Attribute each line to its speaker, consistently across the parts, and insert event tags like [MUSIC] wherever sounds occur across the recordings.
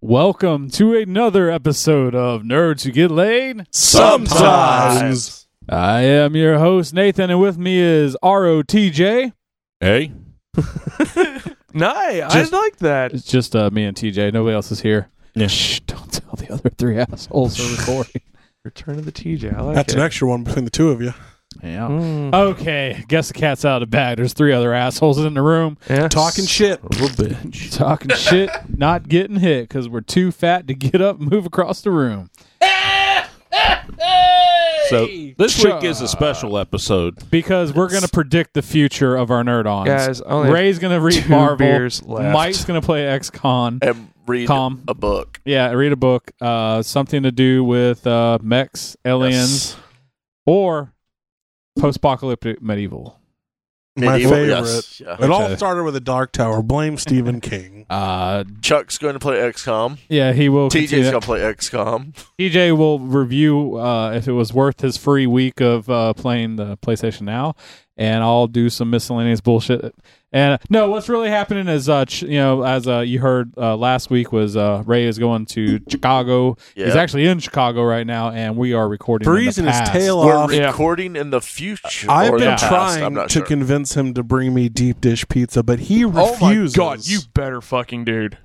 Speaker 1: Welcome to another episode of Nerds Who Get Laid.
Speaker 2: Sometimes.
Speaker 1: I am your host, Nathan, and with me is ROTJ.
Speaker 2: Hey,
Speaker 3: Nice.
Speaker 1: Just-
Speaker 3: I like that.
Speaker 1: It's just uh, me and TJ. Nobody else is here.
Speaker 2: Yeah.
Speaker 1: Shh, don't tell the other three assholes we're recording.
Speaker 3: Return of the TJ. I like
Speaker 2: That's
Speaker 3: it.
Speaker 2: an extra one between the two of you.
Speaker 1: yeah.
Speaker 3: Mm.
Speaker 1: Okay, guess the cat's out of the bag. There's three other assholes in the room
Speaker 3: Yeah.
Speaker 2: Talking shit.
Speaker 1: talking shit, not getting hit because we're too fat to get up and move across the room.
Speaker 4: So this
Speaker 1: Sure.
Speaker 4: week is a special episode.
Speaker 1: Because we're going to predict the future of our nerd ons.
Speaker 3: Guys, I only have
Speaker 1: Ray's going to read
Speaker 3: two
Speaker 1: Marvel.
Speaker 3: beers left.
Speaker 1: Mike's going to play XCon.
Speaker 5: and read
Speaker 1: Calm.
Speaker 5: a book.
Speaker 1: Yeah, read a book. Uh, something to do with uh, mechs, aliens, or post-apocalyptic medieval.
Speaker 2: My
Speaker 5: Medieval-
Speaker 2: favorite.
Speaker 5: yes, yeah.
Speaker 2: It all
Speaker 1: Okay.
Speaker 2: started with a Dark Tower. Blame Stephen
Speaker 5: [LAUGHS]
Speaker 2: King.
Speaker 1: Uh,
Speaker 5: Chuck's going to play XCOM.
Speaker 1: yeah, he will.
Speaker 5: TJ's
Speaker 1: continue-
Speaker 5: going to play XCOM.
Speaker 1: TJ will review uh, if it was worth his free week of uh, playing the PlayStation Now, and I'll do some miscellaneous bullshit. And uh, no, what's really happening is, uh, ch- you know, as uh, you heard uh, last week, was uh, Ray is going to Chicago. He's
Speaker 5: Yeah.
Speaker 1: actually in Chicago right now, and we are recording. in the
Speaker 2: Breezing his
Speaker 1: past.
Speaker 2: tail
Speaker 5: We're
Speaker 2: off.
Speaker 3: Yeah.
Speaker 5: recording in the future.
Speaker 2: I've
Speaker 5: or the
Speaker 2: been
Speaker 5: past, I'm
Speaker 2: trying
Speaker 5: not
Speaker 2: to
Speaker 5: sure.
Speaker 2: convince him to bring me deep dish pizza, but he
Speaker 3: Oh my
Speaker 2: refuses.
Speaker 3: god, you better fucking dude.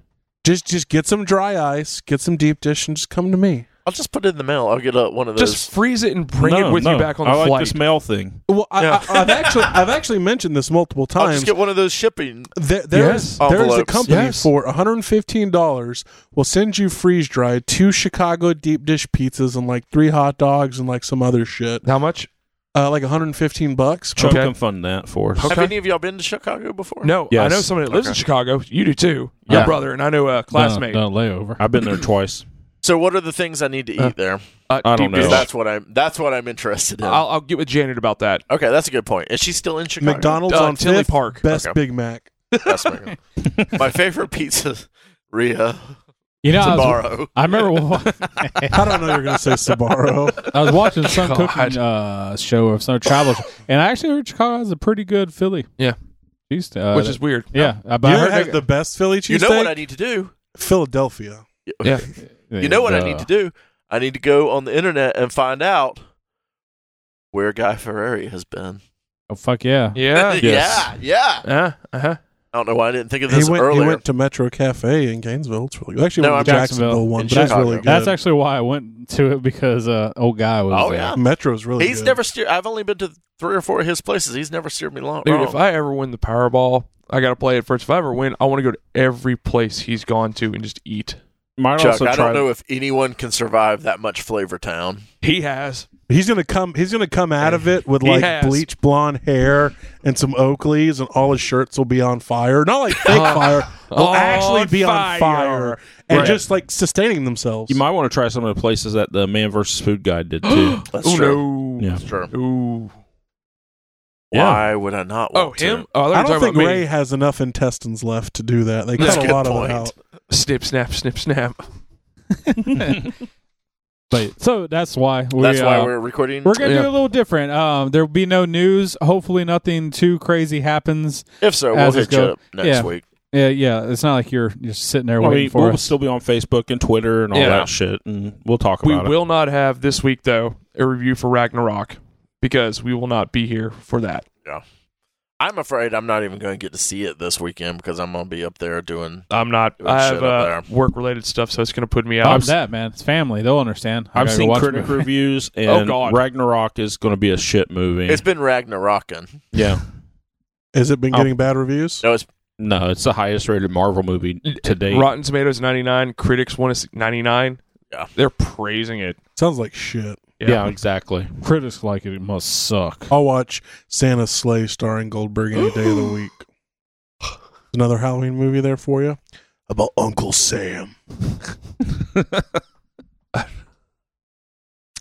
Speaker 2: just just get some dry ice, get some deep dish, and just come to me.
Speaker 5: I'll just put it in the mail. I'll get uh, one of those.
Speaker 3: Just freeze it and bring
Speaker 4: No,
Speaker 3: it with
Speaker 4: no.
Speaker 3: you back on the
Speaker 4: I like
Speaker 3: flight.
Speaker 4: this mail thing.
Speaker 2: Well, I,
Speaker 3: Yeah.
Speaker 2: I, I've actually I've actually mentioned this multiple
Speaker 5: I'll
Speaker 2: times.
Speaker 5: just get one of those shipping.
Speaker 2: There, there
Speaker 3: Yes.
Speaker 2: is- there is a
Speaker 5: Envelopes.
Speaker 2: company
Speaker 3: Yes.
Speaker 2: for $115 will send you freeze dried two Chicago deep dish pizzas and like three hot dogs and like some other shit.
Speaker 3: How much?
Speaker 2: Uh, like 115 bucks.
Speaker 4: Chuck
Speaker 3: Okay.
Speaker 4: can fund that for us.
Speaker 5: Have
Speaker 3: Okay.
Speaker 5: any of y'all been to Chicago before?
Speaker 3: No, I
Speaker 4: Yes.
Speaker 3: know somebody that lives in
Speaker 5: Okay.
Speaker 3: Chicago. You do too.
Speaker 5: Yeah.
Speaker 3: Your brother and I know a classmate.
Speaker 1: Done a- done a layover.
Speaker 4: I've been there twice.
Speaker 5: So what are the things I need to eat
Speaker 3: Uh,
Speaker 5: there?
Speaker 3: Uh,
Speaker 4: I don't
Speaker 3: deep
Speaker 4: know.
Speaker 3: dish.
Speaker 5: That's what I'm. That's what I'm interested in.
Speaker 3: I'll, I'll get with Janet about that.
Speaker 5: okay, that's a good point. Is she still in Chicago?
Speaker 2: McDonald's
Speaker 3: Uh,
Speaker 2: on
Speaker 3: Tinley
Speaker 2: Fifth,
Speaker 3: Park.
Speaker 2: Best
Speaker 5: Okay.
Speaker 2: Big Mac.
Speaker 5: That's my, my favorite [LAUGHS] pizza, Ria
Speaker 1: You know, I, was,
Speaker 5: Tomorrow.
Speaker 1: I remember wa-
Speaker 2: I don't know you're going to say Sabaro.
Speaker 1: I was watching some
Speaker 3: [LAUGHS] God.
Speaker 1: cooking uh, show of some travel, show, and I actually heard Chicago has a pretty good Philly.
Speaker 3: Yeah.
Speaker 1: Cheese- uh,
Speaker 3: Which is weird.
Speaker 1: yeah. I- but
Speaker 2: You
Speaker 1: I
Speaker 2: know
Speaker 1: heard
Speaker 2: has
Speaker 1: they-
Speaker 2: the best Philly
Speaker 5: You
Speaker 2: cheesesteak?
Speaker 5: know what I need to do?
Speaker 2: Philadelphia.
Speaker 3: Yeah.
Speaker 5: You know what I
Speaker 1: Duh.
Speaker 5: need to do? I need to go on the internet and find out where Guy Ferrari has been.
Speaker 1: Oh fuck yeah!
Speaker 3: Yeah.
Speaker 5: [LAUGHS] yeah, yeah.
Speaker 3: Yeah. [LAUGHS] Uh-huh.
Speaker 5: I don't know why I didn't think of
Speaker 2: He
Speaker 5: this
Speaker 2: went, he
Speaker 5: earlier.
Speaker 2: went to Metro Cafe in Gainesville. It's really Actually,
Speaker 5: No,
Speaker 2: went to
Speaker 5: I'm-
Speaker 2: Jacksonville,
Speaker 1: Jacksonville.
Speaker 2: one,
Speaker 5: In
Speaker 2: but that's
Speaker 5: Chicago.
Speaker 2: really good.
Speaker 1: That's actually why I went to it because uh, old guy was.
Speaker 5: Oh,
Speaker 1: there.
Speaker 5: yeah.
Speaker 2: Metro's really
Speaker 5: He's
Speaker 2: good.
Speaker 5: never steered. I've only been to three or four of his places. He's never steered me long.
Speaker 3: Dude,
Speaker 5: wrong.
Speaker 3: if I ever win the Powerball, I gotta play it first. If I ever win, I want to go to every place he's gone to and just eat.
Speaker 4: Might
Speaker 5: Chuck,
Speaker 4: also
Speaker 5: I
Speaker 4: try.
Speaker 5: don't know if anyone can survive that much Flavor Town.
Speaker 3: He has.
Speaker 2: He's gonna come. He's gonna come out of it with
Speaker 3: He
Speaker 2: like
Speaker 3: has.
Speaker 2: bleach blonde hair and some Oakleys, and all his shirts will be on fire. Not like fake
Speaker 3: Oh.
Speaker 2: fire. They'll
Speaker 3: On
Speaker 2: actually be on
Speaker 3: fire.
Speaker 2: fire and
Speaker 3: Right.
Speaker 2: just like sustaining themselves.
Speaker 4: you might want to try some of the places that the Man versus Food guy did too.
Speaker 5: That's
Speaker 3: Oh
Speaker 5: true.
Speaker 3: no.
Speaker 4: yeah.
Speaker 5: That's true.
Speaker 3: Ooh.
Speaker 4: Yeah.
Speaker 5: Why would I not
Speaker 3: Oh,
Speaker 5: want
Speaker 3: him?
Speaker 5: to?
Speaker 3: Oh,
Speaker 2: I
Speaker 3: thought you were
Speaker 2: don't
Speaker 3: talking
Speaker 2: think
Speaker 3: about me.
Speaker 2: Ray has enough intestines left to do that. They
Speaker 5: That's
Speaker 2: cut
Speaker 5: a
Speaker 2: a
Speaker 5: good
Speaker 2: lot
Speaker 5: point.
Speaker 2: of it out.
Speaker 3: Snip, snap, snip, snap.
Speaker 5: [LAUGHS]
Speaker 1: [LAUGHS] But so that's why we.
Speaker 5: That's why
Speaker 1: uh,
Speaker 5: we're recording.
Speaker 1: we're gonna
Speaker 3: Yeah.
Speaker 1: do a little different. Um, there will be no news. Hopefully, nothing too crazy happens.
Speaker 5: if so, we'll
Speaker 1: As it's
Speaker 5: hit you
Speaker 1: go-
Speaker 5: up next
Speaker 1: yeah.
Speaker 5: week.
Speaker 1: Yeah, yeah. It's not like you're you're sitting there
Speaker 4: I
Speaker 1: waiting
Speaker 4: mean,
Speaker 1: for
Speaker 4: we'll
Speaker 1: us.
Speaker 4: still be on Facebook and Twitter and all
Speaker 3: Yeah.
Speaker 4: that shit, and we'll talk
Speaker 3: We
Speaker 4: about it.
Speaker 3: will not have this week though a review for Ragnarok because we will not be here for that.
Speaker 5: I'm afraid I'm not even going to get to see it this weekend because I'm going to be up there doing.
Speaker 3: I'm not.
Speaker 5: Good
Speaker 3: I
Speaker 5: shit
Speaker 3: have
Speaker 5: up
Speaker 3: uh, work related stuff, so it's going to put me out.
Speaker 1: Bump that man. It's family. They'll understand. I
Speaker 4: I've
Speaker 1: gotta go
Speaker 4: seen
Speaker 1: watch
Speaker 4: critic
Speaker 1: the
Speaker 4: [LAUGHS]
Speaker 1: movie.
Speaker 4: reviews, and
Speaker 3: God.
Speaker 4: Ragnarok is going to be a shit movie.
Speaker 5: [LAUGHS] It's been Ragnarokin.
Speaker 4: yeah,
Speaker 2: Has it been
Speaker 4: Oh.
Speaker 2: getting bad reviews?
Speaker 5: No, it's
Speaker 4: no, it's the highest rated Marvel movie to date.
Speaker 3: Rotten Tomatoes 99. Critics want to 99.
Speaker 5: Yeah.
Speaker 3: They're praising it.
Speaker 2: Sounds like shit.
Speaker 4: yeah. exactly.
Speaker 1: Critics like it. It must suck.
Speaker 2: I'll watch Santa's Sleigh starring Goldberg any day of the [GASPS] week. Another Halloween movie there for you about Uncle Sam. [LAUGHS]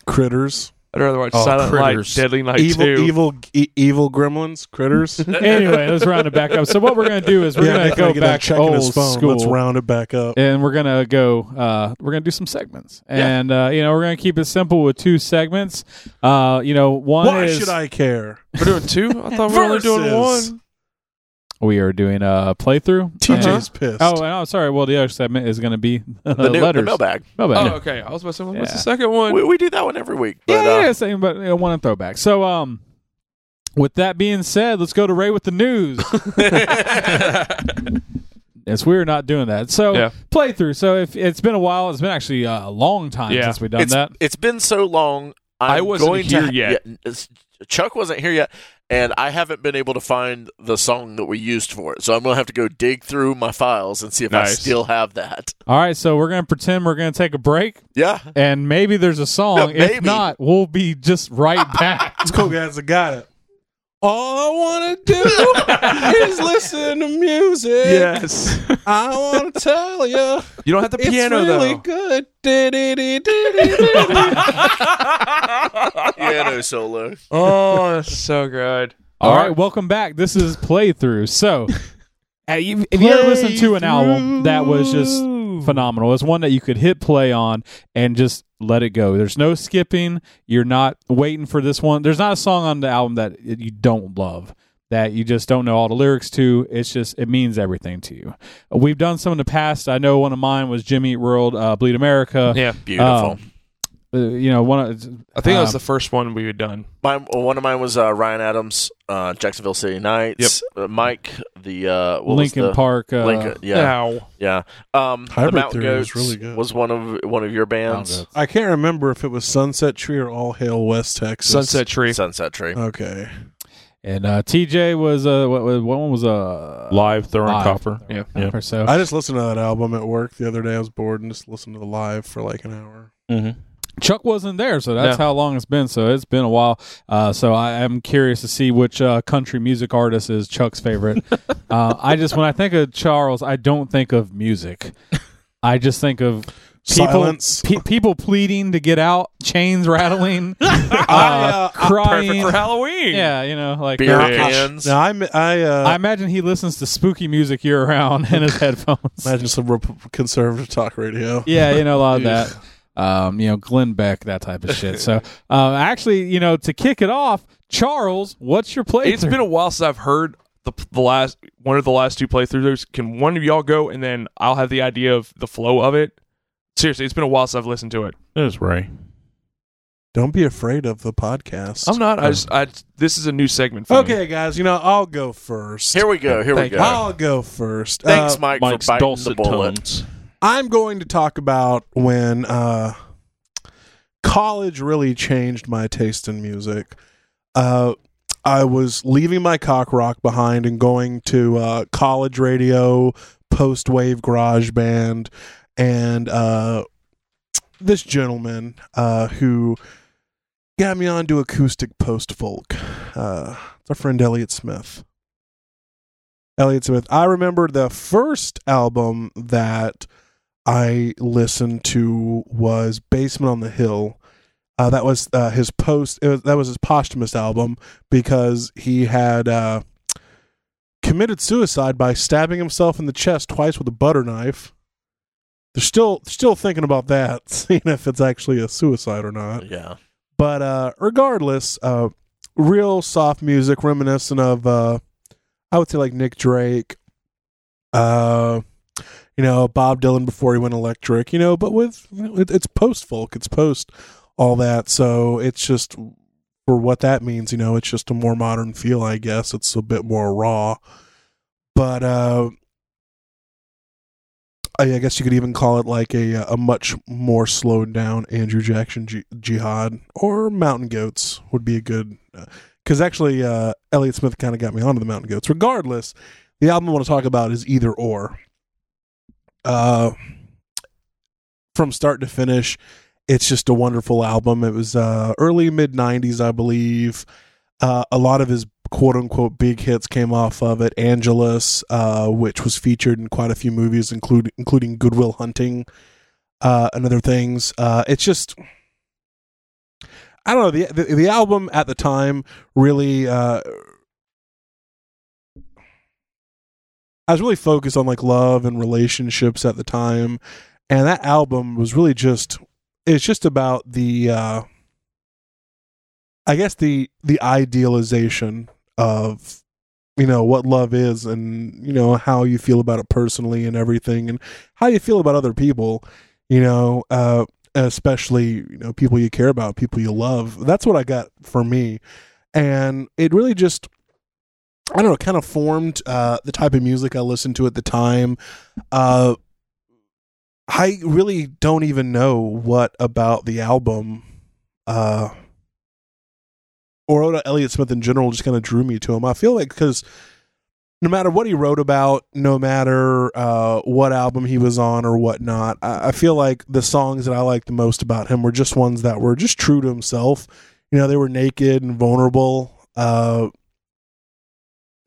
Speaker 2: Critters.
Speaker 3: I'd rather watch
Speaker 4: Oh,
Speaker 3: Silent
Speaker 4: Critters.
Speaker 3: Light, Deadly Night
Speaker 2: evil,
Speaker 3: 2.
Speaker 2: evil, e- evil gremlins, critters. yeah,
Speaker 1: [LAUGHS] anyway, let's round it back up. So what we're gonna do is we're
Speaker 2: Nick
Speaker 1: gonna
Speaker 2: gotta
Speaker 1: go
Speaker 2: get that
Speaker 1: back
Speaker 2: check in
Speaker 1: old
Speaker 2: his phone.
Speaker 1: school.
Speaker 2: Let's round it back up.
Speaker 1: and we're gonna go uh we're gonna do some segments
Speaker 5: Yeah.
Speaker 1: and uh you know we're gonna keep it simple with two segments uh you know one
Speaker 2: Why
Speaker 1: is
Speaker 2: should I care?
Speaker 3: We're doing two? I thought we were only doing
Speaker 2: Versus.
Speaker 3: one.
Speaker 1: we are doing a playthrough.
Speaker 2: TJ's
Speaker 1: And-
Speaker 2: pissed.
Speaker 1: Oh, and I'm sorry. Well, the other segment is going to be [LAUGHS] uh,
Speaker 5: The, new, the
Speaker 1: letters.
Speaker 5: mailbag.
Speaker 1: Mailbag.
Speaker 3: Oh, okay. I was about to say, what's the
Speaker 1: Yeah.
Speaker 3: second one?
Speaker 5: We, we do that one every week. But,
Speaker 1: yeah,
Speaker 5: uh,
Speaker 1: yeah, same, but uh, one and throwback. So, um, with that being said, let's go to Ray with
Speaker 5: [LAUGHS]
Speaker 1: the news.
Speaker 3: [LAUGHS]
Speaker 1: it's we're not doing that. So
Speaker 3: Yeah.
Speaker 1: playthrough. So if it's been a while, it's been actually uh, a long time
Speaker 3: Yeah.
Speaker 1: since we've done
Speaker 5: it's,
Speaker 1: that.
Speaker 5: It's been so long. I'm
Speaker 3: I wasn't
Speaker 5: going
Speaker 3: here
Speaker 5: to,
Speaker 3: yet.
Speaker 5: yeah, it's- Chuck wasn't here yet, and I haven't been able to find the song that we used for it. So I'm gonna have to go dig through my files and see if I
Speaker 3: Nice.
Speaker 5: still have that.
Speaker 1: All right, so we're gonna pretend we're gonna take a break,
Speaker 5: Yeah,
Speaker 1: and maybe there's a song.
Speaker 5: No,
Speaker 1: If
Speaker 5: maybe.
Speaker 1: not, we'll be
Speaker 5: [LAUGHS]
Speaker 1: just right back.
Speaker 2: It's cool, guys. I got it.
Speaker 4: All I want
Speaker 2: [LAUGHS]
Speaker 4: to do is listen to music.
Speaker 3: yes.
Speaker 4: I want to tell you,
Speaker 3: You don't have the piano though.
Speaker 4: good. Dee-dee-dee-dee-dee-dee.
Speaker 5: [LAUGHS] piano solo.
Speaker 3: Oh, that's [LAUGHS] so good.
Speaker 1: All right, welcome back. This is playthrough.
Speaker 5: [LAUGHS]
Speaker 1: So, uh, you- if you ever listen to an album that was just phenomenal, it's one that you could hit play on and just let it go. There's no skipping. You're not waiting for this one. There's not a song on the album that you don't love. That you just don't know all the lyrics to. It's just it means everything to you. We've done some in the past. I know one of mine was Jimmy Eat World, uh, Bleed America.
Speaker 3: Yeah.
Speaker 5: Beautiful.
Speaker 1: Um, uh, you know, one of
Speaker 3: I think that
Speaker 1: Um,
Speaker 3: was the first one we had done.
Speaker 5: Mine, well, one of mine was uh, Ryan Adams, uh, Jacksonville City Nights. Uh, Mike, the uh, what was
Speaker 1: Lincoln
Speaker 5: the-
Speaker 1: Park. Uh,
Speaker 5: Lincoln, yeah,
Speaker 3: Ow.
Speaker 5: yeah. Um, the
Speaker 2: Hybrid
Speaker 5: Mountain
Speaker 2: Theory
Speaker 5: Goats
Speaker 2: was
Speaker 5: was,
Speaker 2: really good.
Speaker 5: one of one of your bands.
Speaker 1: Mountain Goats.
Speaker 2: I can't remember if it was Sunset Tree or All Hail West Texas.
Speaker 3: Sunset Tree.
Speaker 5: Sunset Tree.
Speaker 2: Okay.
Speaker 1: And uh, TJ was uh, what, what what one was uh
Speaker 4: Live Throwing
Speaker 1: Live.
Speaker 4: Copper.
Speaker 3: Yeah.
Speaker 4: Yeah.
Speaker 1: or so.
Speaker 2: I just listened to that album at work the other day. I was bored and just listened to the live for like an hour.
Speaker 4: Mm-hmm.
Speaker 1: Chuck wasn't there, so that's
Speaker 3: No.
Speaker 1: how long it's been. So it's been a while. Uh, so I am curious to see which uh, country music artist is Chuck's favorite. uh, I just when I think of Charles, I don't think of music. I just think of people
Speaker 2: Silence.
Speaker 1: pe- people pleading to get out, chains rattling, uh,
Speaker 2: I, uh,
Speaker 1: crying.
Speaker 3: Halloween.
Speaker 1: yeah, you know, like
Speaker 5: Beer
Speaker 3: Yeah.
Speaker 5: cans.
Speaker 2: Now I'm, I uh,
Speaker 1: I imagine he listens to spooky music year round in his headphones.
Speaker 2: imagine some rep- conservative talk radio.
Speaker 1: Yeah, you know,
Speaker 3: [LAUGHS]
Speaker 1: a lot of that. Um, you know, Glenn Beck, that type of shit. So, um, actually, you know, to kick it off, Charles, what's your play?
Speaker 3: It's been a while since I've heard the, the last one of the last two playthroughs. Can one of y'all go and then I'll have the idea of the flow of it? Seriously, it's been a while since I've listened to it.
Speaker 4: There's Ray.
Speaker 2: Don't be afraid of the podcast.
Speaker 3: I'm not. I just. I, this is a new segment for me.
Speaker 2: okay, guys. You know I'll go first.
Speaker 5: Here we go. Here we
Speaker 3: Thank
Speaker 5: go.
Speaker 3: you.
Speaker 2: I'll go first.
Speaker 5: Thanks,
Speaker 2: Uh,
Speaker 5: Mike,
Speaker 4: Mike's
Speaker 5: for biting the
Speaker 4: dulcet
Speaker 5: bullet.
Speaker 4: tones.
Speaker 2: I'm going to talk about when uh, college really changed my taste in music. Uh, I was leaving my cock rock behind and going to uh, college radio, post wave garage band, and uh, this gentleman uh, who got me onto acoustic post folk. Uh, it's our friend Elliot Smith. Elliot Smith. I remember the first album that I listened to was Basement on the Hill. Uh, that was uh, his post. It was, that was his posthumous album because he had uh, committed suicide by stabbing himself in the chest twice with a butter knife. They're still still thinking about that, [LAUGHS] seeing if it's actually a suicide or not.
Speaker 5: Yeah.
Speaker 2: But uh, regardless, uh, real soft music reminiscent of, uh, I would say, like Nick Drake, uh, you know, Bob Dylan before he went electric, you know, but with, you know, it, it's post folk, it's post all that. So it's just, for what that means, you know, it's just a more modern feel, I guess. It's a bit more raw. But, uh, I I guess you could even call it like a uh, a much more slowed down Andrew Jackson Ji- Jihad or Mountain Goats would be a good because actually uh, Elliot Smith kind of got me onto the Mountain Goats. Regardless, the album I want to talk about is either or. Uh, from start to finish, it's just a wonderful album. It was uh, early mid '90s, I believe. Uh, a lot of his quote unquote big hits came off of it. Angelus, uh, which was featured in quite a few movies, include, including Goodwill Hunting uh, and other things. Uh, it's just, I don't know. The, the the album at the time really, uh, I was really focused on like love and relationships at the time, and that album was really just. It's just about the. Uh, I guess the the idealization of you know what love is and you know how you feel about it personally and everything and how you feel about other people you know uh especially you know people you care about people you love that's what i got for me and it really just i don't know kind of formed uh the type of music i listened to at the time uh i really don't even know what about the album uh or Oda Elliott Smith in general just kind of drew me to him. I feel like because no matter what he wrote about, no matter uh, what album he was on or whatnot, I, I feel like the songs that I liked the most about him were just ones that were just true to himself. You know, they were naked and vulnerable. Uh,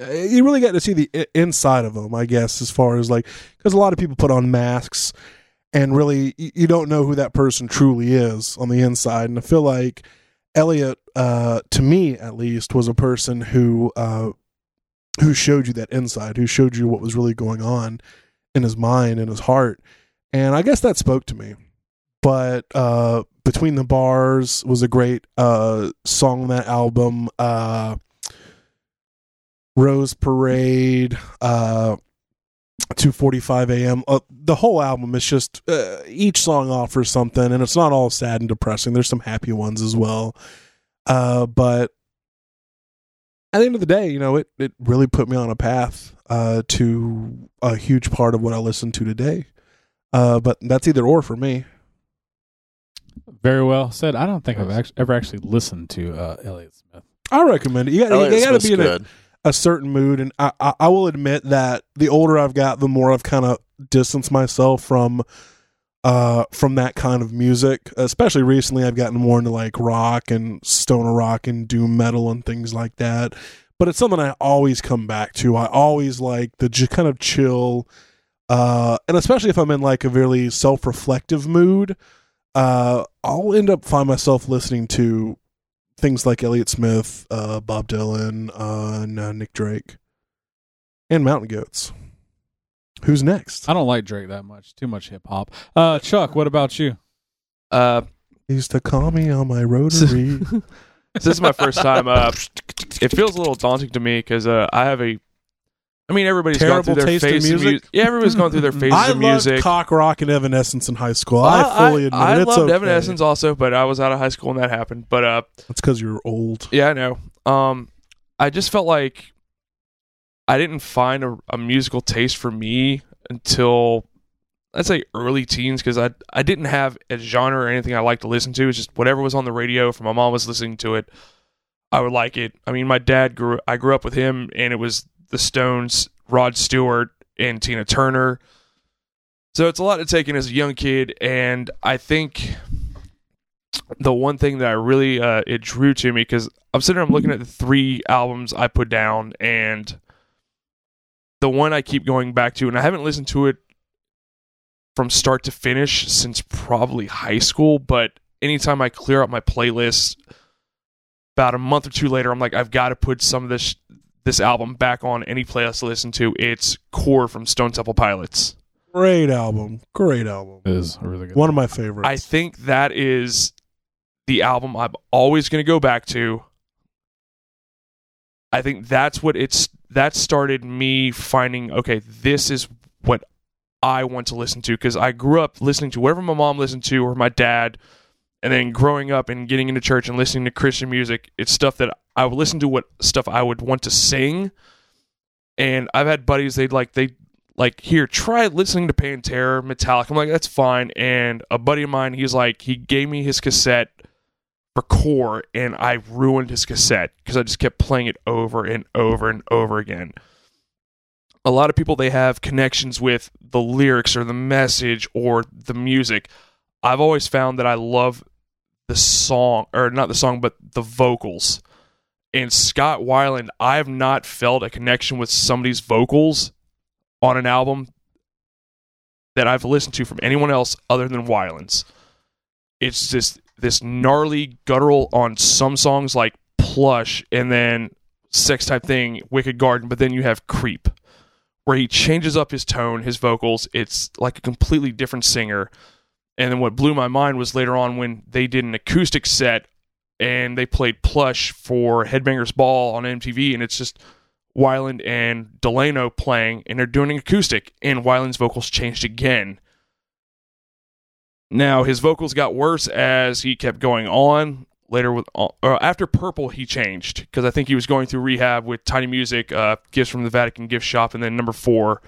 Speaker 2: you really got to see the i- inside of him, I guess, as far as like because a lot of people put on masks and really y- you don't know who that person truly is on the inside. And I feel like Elliot, uh, to me at least, was a person who uh, who showed you that inside, who showed you what was really going on in his mind and his heart, and I guess that spoke to me. But uh, between the bars was a great uh, song on that album. Uh, Rose Parade, uh, 2:45 a.m. Uh, the whole album is just uh, each song offers something, and it's not all sad and depressing. There's some happy ones as well, uh, but at the end of the day, you know, it it really put me on a path uh, to a huge part of what I listen to today. Uh, but that's either or for me.
Speaker 1: Very well said. I don't think I've act- ever actually listened to uh, Elliot Smith.
Speaker 2: I recommend it. You got
Speaker 5: Elliott
Speaker 2: you got to
Speaker 5: Smith's
Speaker 2: be in a,
Speaker 5: Oh, good.
Speaker 2: a certain mood and I, I i will admit that the older i've got the more i've kind of distanced myself from uh from that kind of music especially recently i've gotten more into like rock and stoner rock and doom metal and things like that but it's something i always come back to i always like the j- kind of chill uh and especially if i'm in like a really self-reflective mood uh i'll end up find myself listening to things like Elliott Smith, uh, Bob Dylan, uh, and, uh, Nick Drake, and Mountain Goats. Who's next?
Speaker 1: I don't like Drake that much. Too much hip hop. Uh, Chuck, what about you?
Speaker 3: Uh,
Speaker 2: They used to call me on my
Speaker 3: [LAUGHS]
Speaker 2: rotary.
Speaker 3: this is my first time. Uh, it feels a little daunting to me because uh, I have a. I mean, everybody's gone
Speaker 2: Terrible
Speaker 3: through their
Speaker 2: taste in
Speaker 3: phase in
Speaker 2: music?
Speaker 3: mu- yeah, everybody's gone
Speaker 2: [LAUGHS]
Speaker 3: through their phases
Speaker 2: I
Speaker 3: of
Speaker 2: loved
Speaker 3: music.
Speaker 2: cock rock and Evanescence in high school. I fully admit
Speaker 3: I
Speaker 2: it. It's
Speaker 3: loved
Speaker 2: okay.
Speaker 3: Evanescence also, but I was out of high school when that happened. But uh,
Speaker 2: That's because you're old.
Speaker 3: yeah, I know. Um, I just felt like I didn't find a, a musical taste for me until I'd say early teens because I I didn't have a genre or anything I liked to listen to. It's just whatever was on the radio. If my mom was listening to it, I would like it. I mean, my dad grew. I grew up with him, and it was the Stones, Rod Stewart, and Tina Turner. So it's a lot to take in as a young kid, and I think the one thing that I really uh, it drew to me because I'm sitting, there, I'm looking at the three albums I put down, and the one I keep going back to, and I haven't listened to it from start to finish since probably high school. But anytime I clear out my playlist, about a month or two later, I'm like, I've got to put some of this this album back on any playlist to listen to. It's Core from Stone Temple Pilots.
Speaker 2: Great album. Great album.
Speaker 1: It is really good.
Speaker 2: One of my favorites.
Speaker 3: I think that is the album I'm always going to go back to. I think that's what it's that started me finding okay, this is what I want to listen to because I grew up listening to whatever my mom listened to or my dad and then growing up and getting into church and listening to Christian music, it's stuff that I would listen to what stuff I would want to sing. And I've had buddies they'd like they like here try listening to pantera metallic i'm like that's fine and a buddy of mine he's like he gave me his cassette for core and i ruined his cassette because i just kept playing it over and over and over again a lot of people they have connections with the lyrics or the message or the music i've always found that i love the song or not the song but the vocals and scott weiland i have not felt a connection with somebody's vocals on an album that I've listened to from anyone else other than Wylands. It's just this gnarly guttural on some songs like Plush and then Sex Type Thing, Wicked Garden, but then you have Creep, where he changes up his tone, his vocals. It's like a completely different singer. And then what blew my mind was later on when they did an acoustic set and they played Plush for Headbangers Ball on MTV, and it's just Wyland and Delano playing, and they're doing an acoustic, and Wyland's vocals changed again. Now his vocals got worse as he kept going on. Later with uh, or after Purple, he changed because I think he was going through rehab with Tiny Music, uh, Gifts from the Vatican Gift Shop, and then number four,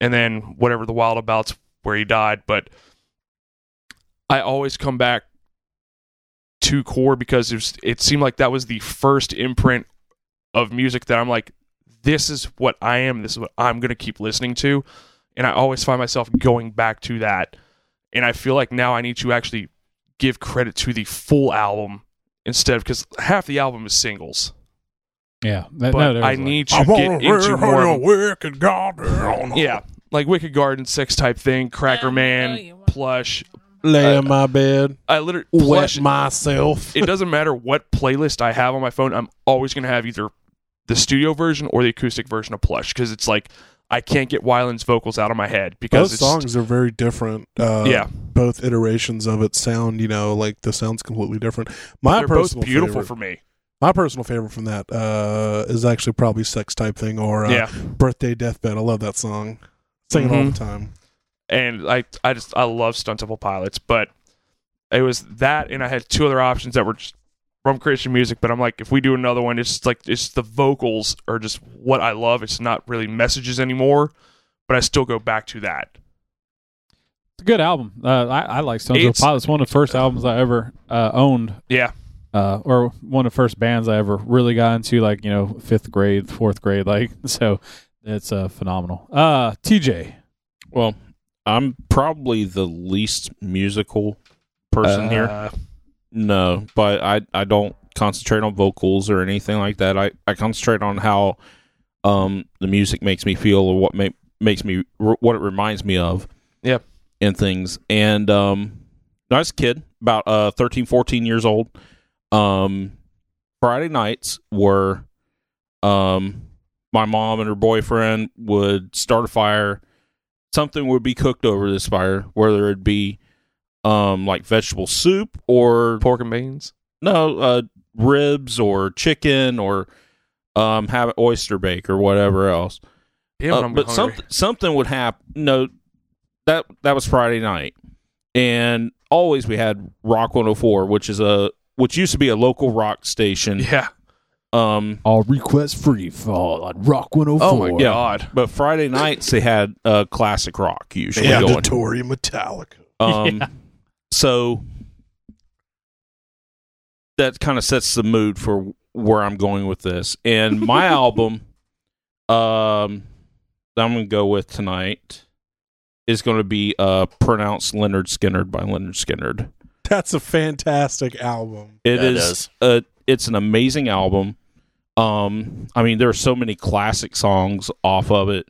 Speaker 3: and then whatever the Wild Abouts where he died. But I always come back to core because it, was, it seemed like that was the first imprint of music that I'm like, this is what I am. This is what I'm going to keep listening to. And I always find myself going back to that. And I feel like now I need to actually give credit to the full album instead because half the album is singles.
Speaker 1: Yeah, that-
Speaker 3: But
Speaker 1: no, there
Speaker 3: I
Speaker 1: was, like-
Speaker 3: need to get into more of a-
Speaker 2: wicked goddamn.
Speaker 3: yeah, like Wicked Garden, Sex type thing, Cracker Man, Plush.
Speaker 2: Lay in my bed,
Speaker 3: I literally
Speaker 2: wet
Speaker 3: Plush
Speaker 2: myself.
Speaker 3: uh, it doesn't matter what playlist I have on my phone. I'm always going to have either the studio version or the acoustic version of Plush because it's like I can't get Wyland's vocals out of my head because
Speaker 2: Both
Speaker 3: it's
Speaker 2: songs are very different. Uh,
Speaker 3: yeah,
Speaker 2: both iterations of it sound, you know, like the sound's completely different. My
Speaker 3: they're both
Speaker 2: personal
Speaker 3: beautiful
Speaker 2: favorite,
Speaker 3: for me.
Speaker 2: my personal favorite from that uh, is actually probably "Sex Type Thing" or uh,
Speaker 3: yeah, Mm-hmm.
Speaker 2: "Birthday Deathbed." I love that song. Sing it all the time.
Speaker 3: and I I just I love Stunt Temple Pilots, but it was that, and I had two other options that were just from Christian music. But I'm like, if we do another one, it's like it's the vocals are just what I love. It's not really messages anymore, but I still go back to that.
Speaker 1: It's a good album. Uh, I, I like Stone Temple
Speaker 3: It's-
Speaker 1: Pilots. One of the first albums I ever uh, owned.
Speaker 3: Yeah.
Speaker 1: Uh, or one of the first bands I ever really got into, like you know, fifth grade, fourth grade, like [LAUGHS] so. It's uh, phenomenal. Uh, TJ,
Speaker 4: Well, I'm probably the least musical person here.
Speaker 3: Uh,
Speaker 4: No, but I I don't concentrate on vocals or anything like that. I I concentrate on how um the music makes me feel or what ma- makes me what it reminds me of.
Speaker 3: Yep.
Speaker 4: And things. And um I was a kid, about uh 13 14 years old. Um Friday nights were um my mom and her boyfriend would start a fire. Something would be cooked over this fire, whether it be um like vegetable soup or
Speaker 3: pork and beans.
Speaker 4: no uh ribs or chicken or um have an oyster bake or whatever else
Speaker 3: Damn,
Speaker 4: Uh,
Speaker 3: I'm
Speaker 4: but
Speaker 3: hungry.
Speaker 4: something something would happen no that that was friday night and always we had rock 104 which is a which used to be a local rock
Speaker 3: [LAUGHS]
Speaker 4: station
Speaker 3: Yeah.
Speaker 4: um
Speaker 1: all requests free fall on Rock One Hundred
Speaker 3: Oh
Speaker 1: Four.
Speaker 3: my god.
Speaker 4: but friday nights they had uh classic rock usually going.
Speaker 2: Mandatory Metallica.
Speaker 4: Um, So that kind of sets the mood for where I'm going with this. And my album, um, that I'm going to go with tonight is going to be uh pronounced Leonard Skinnerd by Leonard Skinnerd.
Speaker 2: [LAUGHS] That's a fantastic album.
Speaker 4: It
Speaker 5: Yeah, it
Speaker 4: is
Speaker 5: is.
Speaker 4: uh it's an amazing album. Um, I mean, there are so many classic songs off of it.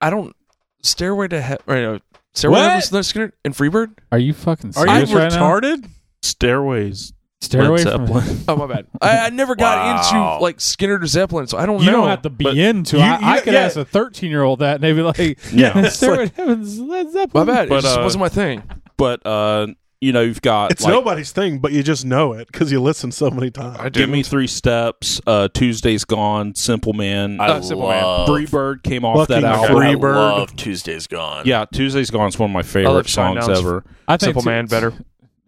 Speaker 3: I don't. Stairway to Heaven. Right, uh, Stairway to
Speaker 2: What?
Speaker 3: Heaven. Leonard Skinner and Freebird.
Speaker 1: Are you fucking
Speaker 2: Are you
Speaker 1: serious right now?
Speaker 2: retarded?
Speaker 4: Stairways, Led
Speaker 1: Stairway from-
Speaker 4: Zeppelin.
Speaker 3: [LAUGHS]
Speaker 4: [LAUGHS]
Speaker 3: Oh my bad. I, I never got
Speaker 5: Wow.
Speaker 3: into like Skinner to Zeppelin, so I don't
Speaker 1: You
Speaker 3: know.
Speaker 1: don't have to be
Speaker 4: But
Speaker 1: into.
Speaker 2: you-
Speaker 1: I, I
Speaker 2: you-
Speaker 1: could
Speaker 2: yeah.
Speaker 1: ask a thirteen-year-old that, and they'd
Speaker 2: [LAUGHS]
Speaker 1: be like,
Speaker 4: yeah,
Speaker 1: "Stairway to Heaven's Led
Speaker 3: my
Speaker 1: Zeppelin."
Speaker 3: bad.
Speaker 4: But,
Speaker 3: it just
Speaker 4: uh,
Speaker 3: wasn't my thing.
Speaker 4: but uh, you know, you've got
Speaker 2: It's nobody's thing, but you just know it because you listen so many times.
Speaker 3: I
Speaker 4: Give
Speaker 3: didn't.
Speaker 4: me three steps. Uh, Tuesday's gone. Simple man.
Speaker 5: I
Speaker 4: Uh,
Speaker 3: Uh, Simple Man.
Speaker 5: love,
Speaker 4: Free Bird came off
Speaker 2: Fucking
Speaker 4: that album.
Speaker 5: I
Speaker 2: Free Bird.
Speaker 5: love Tuesday's Gone.
Speaker 4: Yeah, Tuesday's gone is one of my
Speaker 3: I love
Speaker 4: favorite
Speaker 3: Shine
Speaker 4: songs
Speaker 3: Downs.
Speaker 4: ever.
Speaker 1: I think
Speaker 3: Simple
Speaker 1: t-
Speaker 3: Man better.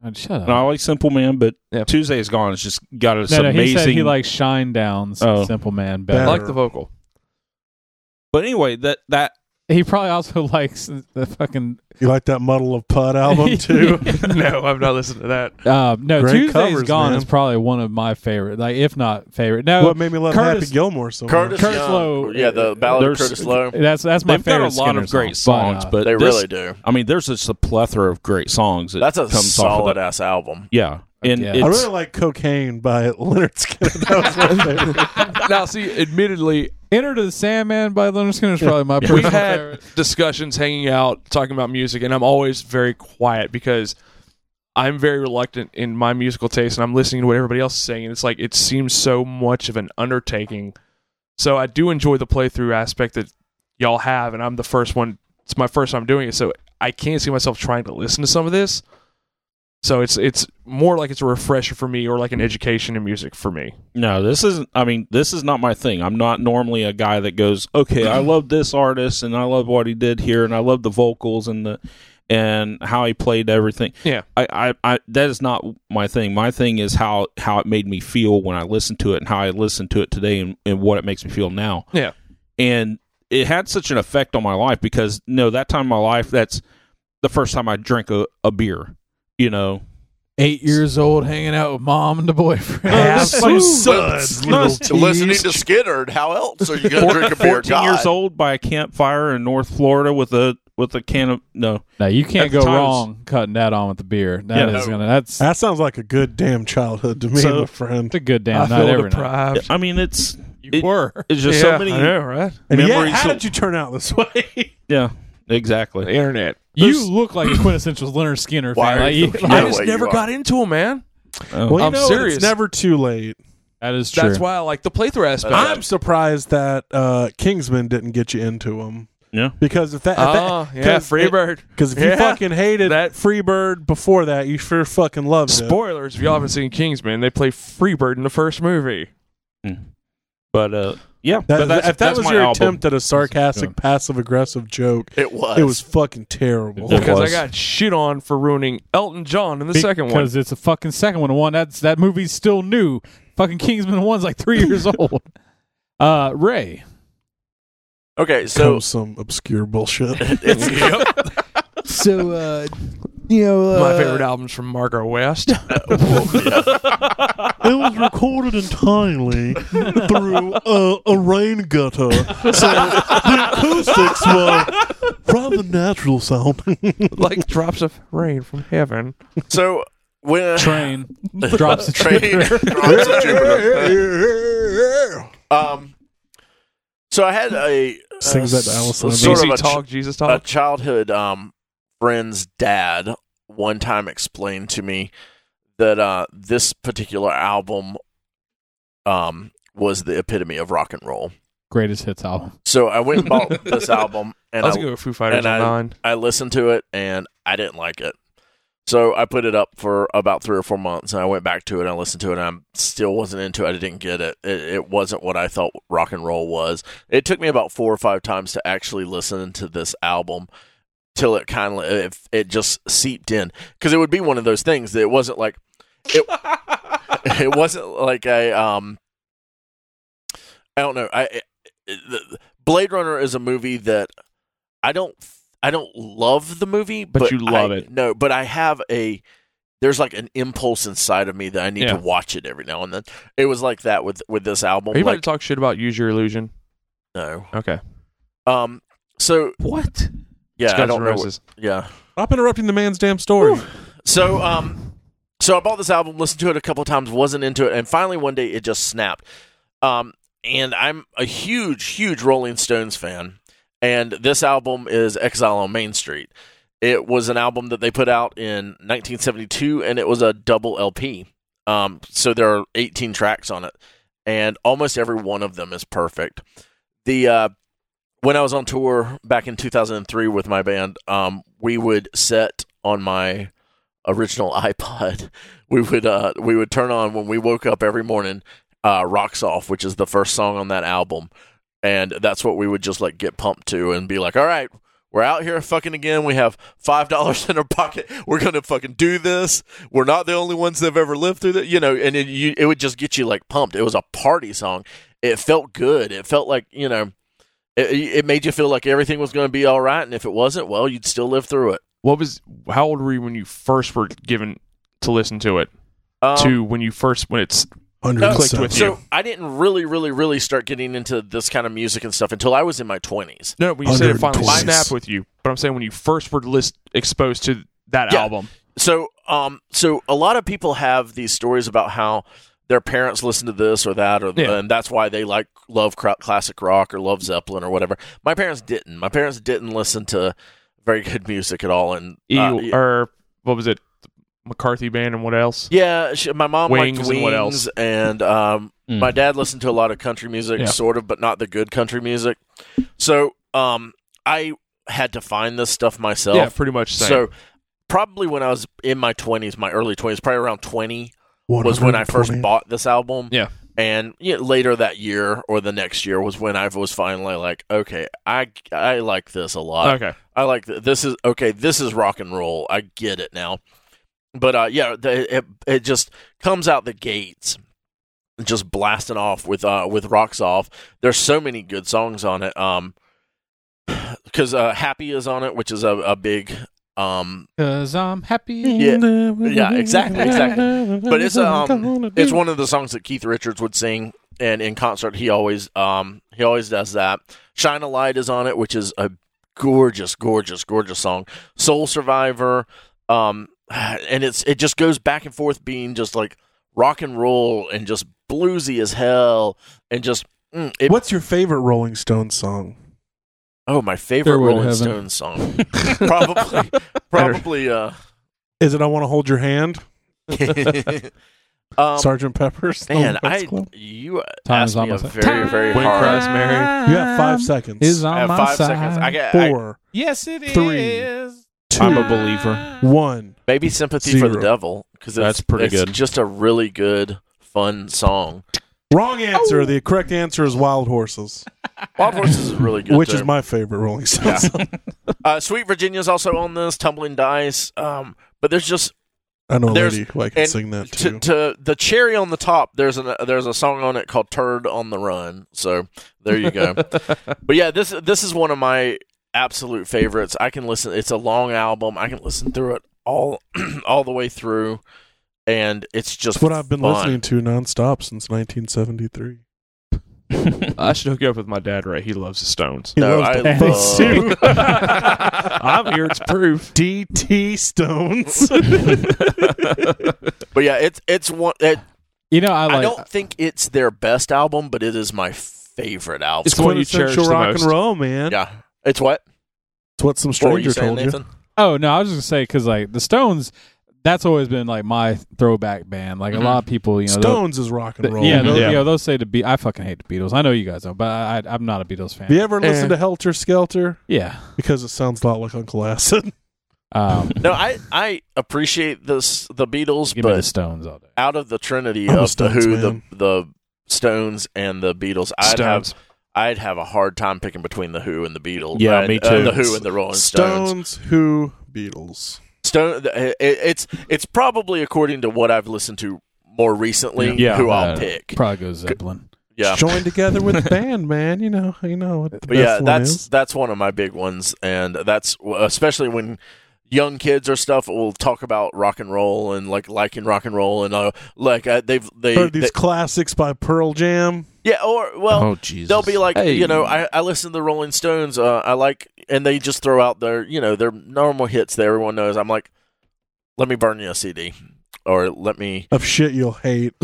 Speaker 1: Uh, Shut up.
Speaker 4: And I like Simple Man, but
Speaker 3: Yeah.
Speaker 4: Tuesday's gone has just got us
Speaker 1: No, no,
Speaker 4: amazing.
Speaker 1: he said he likes Shine Downs,
Speaker 4: Oh.
Speaker 1: Simple Man
Speaker 3: I
Speaker 1: better.
Speaker 3: like the vocal.
Speaker 4: but anyway, that
Speaker 3: [LAUGHS]
Speaker 4: that
Speaker 1: He probably also [LAUGHS] likes the fucking
Speaker 2: You like that Muddle of Pud
Speaker 1: [LAUGHS]
Speaker 2: album too?
Speaker 3: no, I've not listened to that.
Speaker 1: Uh, no,
Speaker 2: Great
Speaker 1: Tuesday's
Speaker 2: covers,
Speaker 1: Gone
Speaker 2: man.
Speaker 1: is probably one of my favorite, like if not favorite. No,
Speaker 2: what made me love
Speaker 1: Curtis-
Speaker 2: Happy Gilmore so much?
Speaker 5: Curtis,
Speaker 1: Curtis
Speaker 5: Young.
Speaker 1: Lowe.
Speaker 5: Yeah, the ballad of
Speaker 4: There's-
Speaker 5: Curtis Lowe.
Speaker 1: that's that's my
Speaker 4: they've got a
Speaker 1: favorite.
Speaker 4: lot
Speaker 1: Skinner
Speaker 4: of great
Speaker 1: song,
Speaker 4: songs,
Speaker 1: uh,
Speaker 4: but,
Speaker 5: They
Speaker 4: this-
Speaker 5: really do.
Speaker 4: I mean, there's just a plethora of great songs. That
Speaker 5: That's a
Speaker 4: comes Off of
Speaker 5: solid
Speaker 4: that.
Speaker 5: ass album.
Speaker 4: Yeah, and
Speaker 1: Yeah. I
Speaker 2: I
Speaker 4: it's
Speaker 2: really like Cocaine by Leonard Skinner. [LAUGHS] That was my favorite.
Speaker 3: now, see, admittedly,
Speaker 1: Enter to the Sandman by Leonard Skinner is probably my
Speaker 3: we've
Speaker 1: personal
Speaker 3: had
Speaker 1: favorite.
Speaker 3: discussions hanging out talking about music and i'm always very quiet because i'm very reluctant in my musical taste and i'm listening to what everybody else is saying and it's like it seems so much of an undertaking so i do enjoy the playthrough aspect that y'all have and i'm the first one it's my first time doing it so i can't see myself trying to listen to some of this So it's it's more like it's a refresher for me or like an education in music for me.
Speaker 4: No, this isn't. I mean, this is not my thing. I'm not normally a guy that goes, okay, I love this artist and I love what he did here and I love the vocals and the and how he played everything.
Speaker 3: Yeah.
Speaker 4: I, I, I that is not my thing. My thing is how how it made me feel when I listened to it and how I listen to it today and, and what it makes me feel now.
Speaker 3: Yeah.
Speaker 4: and it had such an effect on my life because no, that time in my life, that's the first time I drank a, a beer. You know,
Speaker 1: Eight years old, hanging out with mom and the boyfriend. [LAUGHS]
Speaker 2: Have
Speaker 4: this
Speaker 2: some
Speaker 4: was-
Speaker 2: suds,
Speaker 4: no,
Speaker 2: little
Speaker 4: it's-
Speaker 5: Listening to Skidder, how else are you going to drink a beer?
Speaker 4: 14 years
Speaker 5: God.
Speaker 4: old by a campfire in North Florida with a with a can of no.
Speaker 1: No, you
Speaker 4: At
Speaker 1: can't
Speaker 4: the
Speaker 1: go
Speaker 4: time,
Speaker 1: wrong cutting that on with the beer. That
Speaker 4: Yeah.
Speaker 1: is gonna. That's, that's
Speaker 2: That sounds like a good damn childhood to me,
Speaker 4: So-
Speaker 2: my friend.
Speaker 1: a good damn
Speaker 3: I
Speaker 1: night
Speaker 3: feel
Speaker 1: every night.
Speaker 3: deprived.
Speaker 4: I mean, it's
Speaker 1: You
Speaker 4: It-
Speaker 1: were.
Speaker 4: it's just
Speaker 3: Yeah,
Speaker 4: so many.
Speaker 3: I know, right?
Speaker 2: And yet,
Speaker 4: memories
Speaker 2: how
Speaker 4: so-
Speaker 2: did you turn out this way?
Speaker 4: Yeah,
Speaker 3: The
Speaker 4: exactly.
Speaker 3: internet.
Speaker 1: You look like a quintessential Leonard Skinner
Speaker 5: Why
Speaker 1: fan.
Speaker 5: are
Speaker 1: Like,
Speaker 4: [LAUGHS]
Speaker 5: you
Speaker 1: you-
Speaker 5: so-
Speaker 3: I
Speaker 5: Yeah,
Speaker 3: just
Speaker 5: way
Speaker 3: never
Speaker 5: you
Speaker 3: got into them, man.
Speaker 4: Oh.
Speaker 2: well, you
Speaker 3: I'm
Speaker 2: know,
Speaker 3: serious.
Speaker 2: It's never too late.
Speaker 1: that is true.
Speaker 3: That's why I like the playthrough aspect.
Speaker 5: Yeah.
Speaker 2: I'm surprised that uh, Kingsman didn't get you into him
Speaker 4: yeah,
Speaker 2: because if that, if that
Speaker 3: Oh, yeah,
Speaker 2: Cause it-
Speaker 3: Freebird.
Speaker 2: Because if
Speaker 3: Yeah.
Speaker 2: you fucking hated
Speaker 3: That-
Speaker 2: that Freebird before that, you sure fucking loved it.
Speaker 3: Spoilers, if y'all haven't seen Kingsman, they play Freebird in the first movie.
Speaker 4: Mm. but uh, yeah.
Speaker 2: That-
Speaker 4: but that's,
Speaker 2: if that
Speaker 4: that's
Speaker 2: was
Speaker 4: my
Speaker 2: your
Speaker 4: album.
Speaker 2: attempt at a sarcastic, passive aggressive joke,
Speaker 5: It was.
Speaker 2: it was fucking terrible.
Speaker 4: It
Speaker 3: Because I
Speaker 4: was.
Speaker 3: got shit on for ruining Elton John in the second one.
Speaker 1: because it's a fucking second one. One that's that movie's still new. Fucking Kingsman one's like three [LAUGHS] years old. Uh, Ray,
Speaker 5: Okay,
Speaker 2: So
Speaker 5: so
Speaker 2: some obscure bullshit.
Speaker 5: it's,
Speaker 6: [LAUGHS]
Speaker 5: [LAUGHS]
Speaker 6: So, uh, you know, uh, [LAUGHS]
Speaker 3: My favorite album's from Margot
Speaker 2: [LAUGHS]
Speaker 3: West.
Speaker 2: it was recorded entirely through uh, a rain gutter, so the acoustics were rather natural sounding.
Speaker 3: like drops of rain from heaven.
Speaker 5: so when [LAUGHS]
Speaker 1: train drops the
Speaker 5: train
Speaker 1: train.
Speaker 5: drops
Speaker 4: [LAUGHS]
Speaker 5: of Jupiter. Um, so I had a uh,
Speaker 2: Sings that to Alice in
Speaker 5: s-
Speaker 2: Chains.
Speaker 5: sort
Speaker 3: DC
Speaker 5: of a, ch-
Speaker 3: talk, Jesus
Speaker 5: a
Speaker 3: talk.
Speaker 5: childhood um friend's dad one time explained to me that uh this particular album um was the epitome of rock and roll.
Speaker 1: Greatest hits album.
Speaker 5: So I went and bought this album and
Speaker 3: I was
Speaker 5: I,
Speaker 3: gonna go with Foo Fighters
Speaker 5: and
Speaker 3: on
Speaker 5: I-
Speaker 3: nine.
Speaker 5: I listened to it and I didn't like it. So I put it up for about three or four months and I went back to it and I listened to it and I still wasn't into it. I didn't get it. It, it wasn't what I thought rock and roll was. It took me about four or five times to actually listen to this album till it kind of it, it just seeped in because it would be one of those things that it wasn't like it, [LAUGHS] it wasn't like a um I don't know. I I- the- Blade Runner is a movie that I don't I don't love the movie,
Speaker 3: But
Speaker 5: but,
Speaker 3: you love
Speaker 5: I-
Speaker 3: it.
Speaker 5: No, but I have a there's like an impulse inside of me that I need
Speaker 3: Yeah.
Speaker 5: to watch it every now and then. It was like that with with this album.
Speaker 3: Are you about
Speaker 5: like
Speaker 3: to talk shit about Use Your Illusion?
Speaker 5: no,
Speaker 3: Okay.
Speaker 5: um, so
Speaker 4: what?
Speaker 5: yeah,
Speaker 3: Guns
Speaker 5: I don't
Speaker 3: N'
Speaker 5: know.
Speaker 3: Roses.
Speaker 5: what- yeah,
Speaker 2: Stop interrupting the man's damn story.
Speaker 5: So um so I bought this album, listened to it a couple times, wasn't into it, and finally one day it just snapped. Um and I'm a huge, huge Rolling Stones fan. And this album is Exile on Main Street. It was an album that they put out in 1972 and it was a double LP. Um so there are 18 tracks on it and almost every one of them is perfect. The uh when I was on tour back in 2003 with my band, um, we would set on my original [LAUGHS] iPod. We would uh, we would turn on when we woke up every morning. Uh, Rocks off, which is the first song on that album, and that's what we would just like get pumped to and be like, all right. We're out here fucking again. We have five dollars [LAUGHS] in our pocket. We're gonna fucking do this. We're not the only ones that have ever lived through that, you know. And it, you, it would just get you like pumped. It was a party song. It felt good. It felt like you know, it, it made you feel like everything was going to be all right, and if it wasn't, well, you'd still live through it.
Speaker 3: What was how old were you when you first were given to listen to it?
Speaker 5: Um,
Speaker 3: to when you first when it's
Speaker 5: No,
Speaker 3: clicked with
Speaker 5: so
Speaker 3: you.
Speaker 5: I didn't really, really, really start getting into this kind of music and stuff until I was in my twenties.
Speaker 3: No, when you said it finally
Speaker 2: 120.
Speaker 3: snapped with you. But I'm saying when you first were list exposed to that
Speaker 5: Yeah.
Speaker 3: album.
Speaker 5: So, um, so a lot of people have these stories about how their parents listened to this or that, or
Speaker 3: Yeah.
Speaker 5: and that's why they like love cra- classic rock or love Zeppelin or whatever. My parents didn't. My parents didn't listen to very good music at all, and
Speaker 3: E
Speaker 5: uh,
Speaker 3: or what was it? The McCarthy band and what else?
Speaker 5: yeah, she, my mom
Speaker 3: Wings
Speaker 5: liked
Speaker 3: and
Speaker 5: Wings
Speaker 3: what else?
Speaker 5: and um,
Speaker 4: Mm. [LAUGHS]
Speaker 5: My dad listened to a lot of country music,
Speaker 3: Hmm. Yeah.
Speaker 5: sort of, but not the good country music. So um, I had to find this stuff myself.
Speaker 3: Yeah, pretty much same.
Speaker 5: so probably when I was in my 20s, my early 20s, probably around 20 was
Speaker 2: 120.
Speaker 5: when I first bought this album.
Speaker 1: Yeah.
Speaker 5: And you know, later that year or the next year was when I was finally like, okay, I I like this a lot.
Speaker 3: Okay.
Speaker 5: I like th- this is okay. This is rock and roll. I get it now. But uh, yeah, the, it it just comes out the gates, just blasting off with uh with rocks off. There's so many good songs on it. Um, [SIGHS] because uh, happy is on it, which is a, a big um.
Speaker 1: Cause I'm happy.
Speaker 5: Yeah. Yeah, exactly, exactly. But it's um, it's one of the songs that Keith Richards would sing, and in concert he always um he always does that. Shine a light is on it, which is a gorgeous, gorgeous, gorgeous song. Soul Survivor, um, [SIGHS] and it's it just goes back and forth being just like rock and roll and just bluesy as hell and just mm, it,
Speaker 2: What's your favorite Rolling Stones song?
Speaker 5: oh my favorite
Speaker 1: Stairway to
Speaker 5: Rolling
Speaker 1: Heaven.
Speaker 5: Stones song
Speaker 1: [LAUGHS]
Speaker 5: probably probably uh [LAUGHS]
Speaker 2: Is it "I Want to Hold Your Hand"?
Speaker 5: um,
Speaker 2: Sergeant Pepper's. Lonely
Speaker 5: Man,
Speaker 2: Hearts
Speaker 5: I
Speaker 2: Club?
Speaker 5: you
Speaker 1: Time
Speaker 5: asked
Speaker 1: is on
Speaker 5: me
Speaker 1: my
Speaker 5: a
Speaker 1: side.
Speaker 5: very very
Speaker 3: When
Speaker 5: hard.
Speaker 3: Christ Mary.
Speaker 2: You have
Speaker 1: Um,
Speaker 2: five seconds.
Speaker 1: Is on
Speaker 5: I have
Speaker 1: my
Speaker 5: five
Speaker 1: side.
Speaker 5: seconds. I got I,
Speaker 2: Four,
Speaker 1: yes, it is.
Speaker 2: Three.
Speaker 4: I'm a believer.
Speaker 2: one.
Speaker 5: maybe sympathy for the
Speaker 2: Zero.
Speaker 5: devil because
Speaker 4: That's pretty
Speaker 5: it's
Speaker 4: good.
Speaker 5: Just a really good fun song.
Speaker 2: Wrong answer. The correct answer is "Wild Horses,"
Speaker 5: Wild Horses is really good,
Speaker 2: which
Speaker 5: too.
Speaker 2: is my favorite Rolling Stones. song.
Speaker 5: uh, Sweet Virginia's also on this Tumbling Dice. Um, but there's just
Speaker 2: I know a
Speaker 5: There's-
Speaker 2: lady who I can
Speaker 5: and
Speaker 2: sing that
Speaker 5: to,
Speaker 2: too.
Speaker 5: to the cherry on the top. There's an there's a song on it called "Turd on the Run." So there you
Speaker 2: [LAUGHS]
Speaker 5: go. but yeah, this this is one of my absolute favorites. I can listen. It's a long album. I can listen through it all [CLEARS THROAT] all the way through, and it's just
Speaker 2: It's what I've been
Speaker 5: fun.
Speaker 2: listening to nonstop since 1973.
Speaker 3: I
Speaker 5: uh,
Speaker 3: should hook you up with my dad, right? He loves the
Speaker 5: [LAUGHS]
Speaker 3: Stones.
Speaker 2: He
Speaker 5: No,
Speaker 2: loves
Speaker 5: I
Speaker 2: the fuck
Speaker 5: love-
Speaker 2: too.
Speaker 3: I'm here. It's proof.
Speaker 2: DT Stones.
Speaker 5: But yeah, it's it's one. It,
Speaker 1: You know, I
Speaker 5: I,
Speaker 1: like.
Speaker 5: don't think it's their best album, but it is my favorite album.
Speaker 3: It's what you cherish the
Speaker 2: rock and
Speaker 3: most.
Speaker 2: roll, man.
Speaker 5: yeah, it's what.
Speaker 2: It's what some
Speaker 5: What were you
Speaker 2: stranger
Speaker 5: saying,
Speaker 2: told you.
Speaker 5: Nathan?
Speaker 1: oh no, I was just gonna say because like the Stones, that's always been like my throwback band. Like
Speaker 5: Mhm.
Speaker 1: a lot of people, you know, they'll-
Speaker 2: Stones is rock and
Speaker 1: th-
Speaker 2: roll.
Speaker 1: yeah, they'll,
Speaker 3: Yeah.
Speaker 1: you know, they'll say the Be- I fucking hate the Beatles. I know you guys don't, but I, I, I'm not a Beatles fan.
Speaker 2: Have you ever listened
Speaker 3: Eh.
Speaker 2: to Helter Skelter?
Speaker 1: Yeah.
Speaker 2: Because it sounds a lot like Uncle Acid.
Speaker 3: [LAUGHS]
Speaker 1: Um,
Speaker 5: No, I I appreciate this the Beatles,
Speaker 1: give me
Speaker 5: but
Speaker 1: the Stones all day.
Speaker 5: out of the trinity
Speaker 2: I'm a
Speaker 5: of the
Speaker 2: Stones
Speaker 5: Who,
Speaker 2: man.
Speaker 5: the the Stones, and the Beatles, I'd have
Speaker 3: Stones.
Speaker 5: I'd have a hard time picking between the Who and the Beatles.
Speaker 4: Yeah,
Speaker 5: Uh,
Speaker 4: me
Speaker 5: uh,
Speaker 4: too.
Speaker 5: the Who and the Rolling Stones.
Speaker 2: Stones, [LAUGHS] Who, Beatles.
Speaker 5: Stone. th- it- It's it's probably according to what I've listened to more recently.
Speaker 1: Yeah.
Speaker 5: who
Speaker 1: Yeah.
Speaker 5: I'll
Speaker 1: Uh,
Speaker 5: pick.
Speaker 1: Probably go Zeppelin.
Speaker 5: Yeah,
Speaker 2: Join together with
Speaker 5: [LAUGHS]
Speaker 2: the band, man. You know, you know what the
Speaker 5: but
Speaker 2: best
Speaker 5: yeah,
Speaker 2: one
Speaker 5: that's
Speaker 2: is.
Speaker 5: that's one of my big ones, and that's especially when young kids or stuff will talk about rock and roll and like liking rock and roll and uh, like uh, they've they,
Speaker 2: Heard these
Speaker 5: they-
Speaker 2: classics by Pearl Jam.
Speaker 5: yeah or well
Speaker 4: oh Jesus!
Speaker 5: They'll be like,
Speaker 3: Hey.
Speaker 5: you know, I, I listen to the Rolling Stones. Uh, I like, and they just throw out their, you know, their normal hits that everyone knows. I'm like, let me burn you a CD, or let me.
Speaker 2: Of shit you'll hate.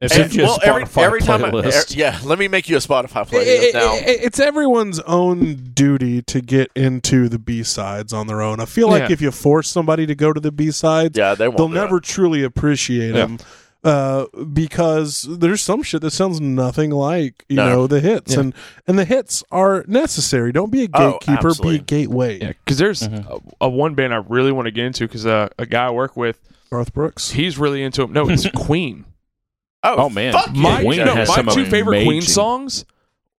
Speaker 1: It's
Speaker 5: And-
Speaker 4: Send you a Spotify
Speaker 5: I-
Speaker 4: playlist.
Speaker 5: er- yeah, let me make you a Spotify playlist
Speaker 2: It- it-
Speaker 5: now.
Speaker 2: it- it's everyone's own duty to get into the B sides on their own. I feel like
Speaker 3: Yeah.
Speaker 2: if you force somebody to go to the B sides,
Speaker 5: yeah, they won't.
Speaker 2: they'll
Speaker 5: do
Speaker 2: never truly appreciate
Speaker 3: Yeah.
Speaker 2: them uh, because there's some shit that sounds nothing like you
Speaker 5: No.
Speaker 2: know the hits,
Speaker 3: Yeah.
Speaker 2: and and the hits are necessary. Don't be a
Speaker 5: Oh,
Speaker 2: gatekeeper, be
Speaker 5: absolutely.
Speaker 2: a gateway.
Speaker 3: Yeah, because there's
Speaker 4: Mhm.
Speaker 3: a, a one band I really want to get into because uh, a guy I work with,
Speaker 2: Garth Brooks.
Speaker 3: he's really into him. No,
Speaker 4: [LAUGHS]
Speaker 3: it's Queen.
Speaker 5: It.
Speaker 4: Oh man,
Speaker 5: fuck
Speaker 3: My,
Speaker 5: yeah,
Speaker 4: Queen
Speaker 3: no,
Speaker 4: has
Speaker 3: my
Speaker 4: some
Speaker 3: two favorite Queen
Speaker 4: amazing-
Speaker 3: songs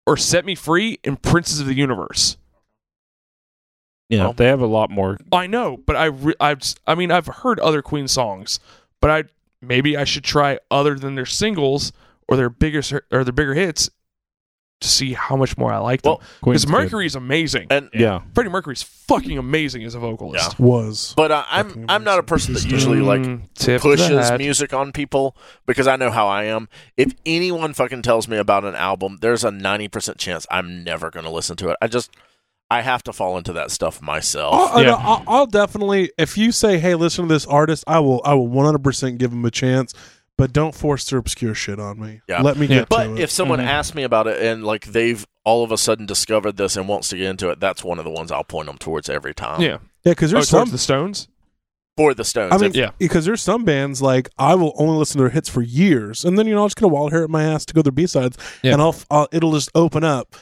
Speaker 3: are "Set Me Free" and "Princes of the Universe."
Speaker 4: Yeah, they have a lot more.
Speaker 3: I know, but I re- I've s- I mean I've heard other Queen songs, but I maybe I should try other than their singles or their bigger ser- or their bigger hits to see how much more I like them.
Speaker 5: Well,
Speaker 3: Because
Speaker 1: Queen's good.
Speaker 3: Mercury's amazing.
Speaker 5: And
Speaker 4: Yeah,
Speaker 3: Freddie Mercury's fucking amazing as a vocalist.
Speaker 2: Was
Speaker 5: but uh, I'm
Speaker 2: Fucking
Speaker 5: I'm not a
Speaker 2: amazing.
Speaker 5: person that usually like
Speaker 3: Mm, tip the
Speaker 5: pushes
Speaker 3: hat.
Speaker 5: music on people because I know how I am. If anyone fucking tells me about an album, there's a 90% chance I'm never going to listen to it. I just, I have to fall into that stuff myself.
Speaker 2: I'll,
Speaker 3: Yeah.
Speaker 2: I'll, I'll definitely if you say, "Hey, listen to this artist," I will. I will 100 percent give him a chance, but don't force their obscure shit on me.
Speaker 5: Yeah.
Speaker 2: Let me
Speaker 3: Yeah.
Speaker 2: get
Speaker 5: but
Speaker 2: to it. Mm-hmm.
Speaker 5: if someone
Speaker 3: Mhm.
Speaker 5: asks me about it and like they've all of a sudden discovered this and wants to get into it, that's one of the ones I'll point them towards every time.
Speaker 3: Yeah.
Speaker 2: yeah, because
Speaker 3: Oh,
Speaker 2: there's
Speaker 3: towards
Speaker 2: some
Speaker 3: the Stones.
Speaker 5: For the Stones.
Speaker 2: I mean,
Speaker 5: If-
Speaker 3: yeah.
Speaker 2: because there's some bands like I will only listen to their hits for years, and then you know I'll just get a wild hair at my ass to go to their B sides,
Speaker 1: Yeah.
Speaker 2: and I'll, f- I'll it'll just open up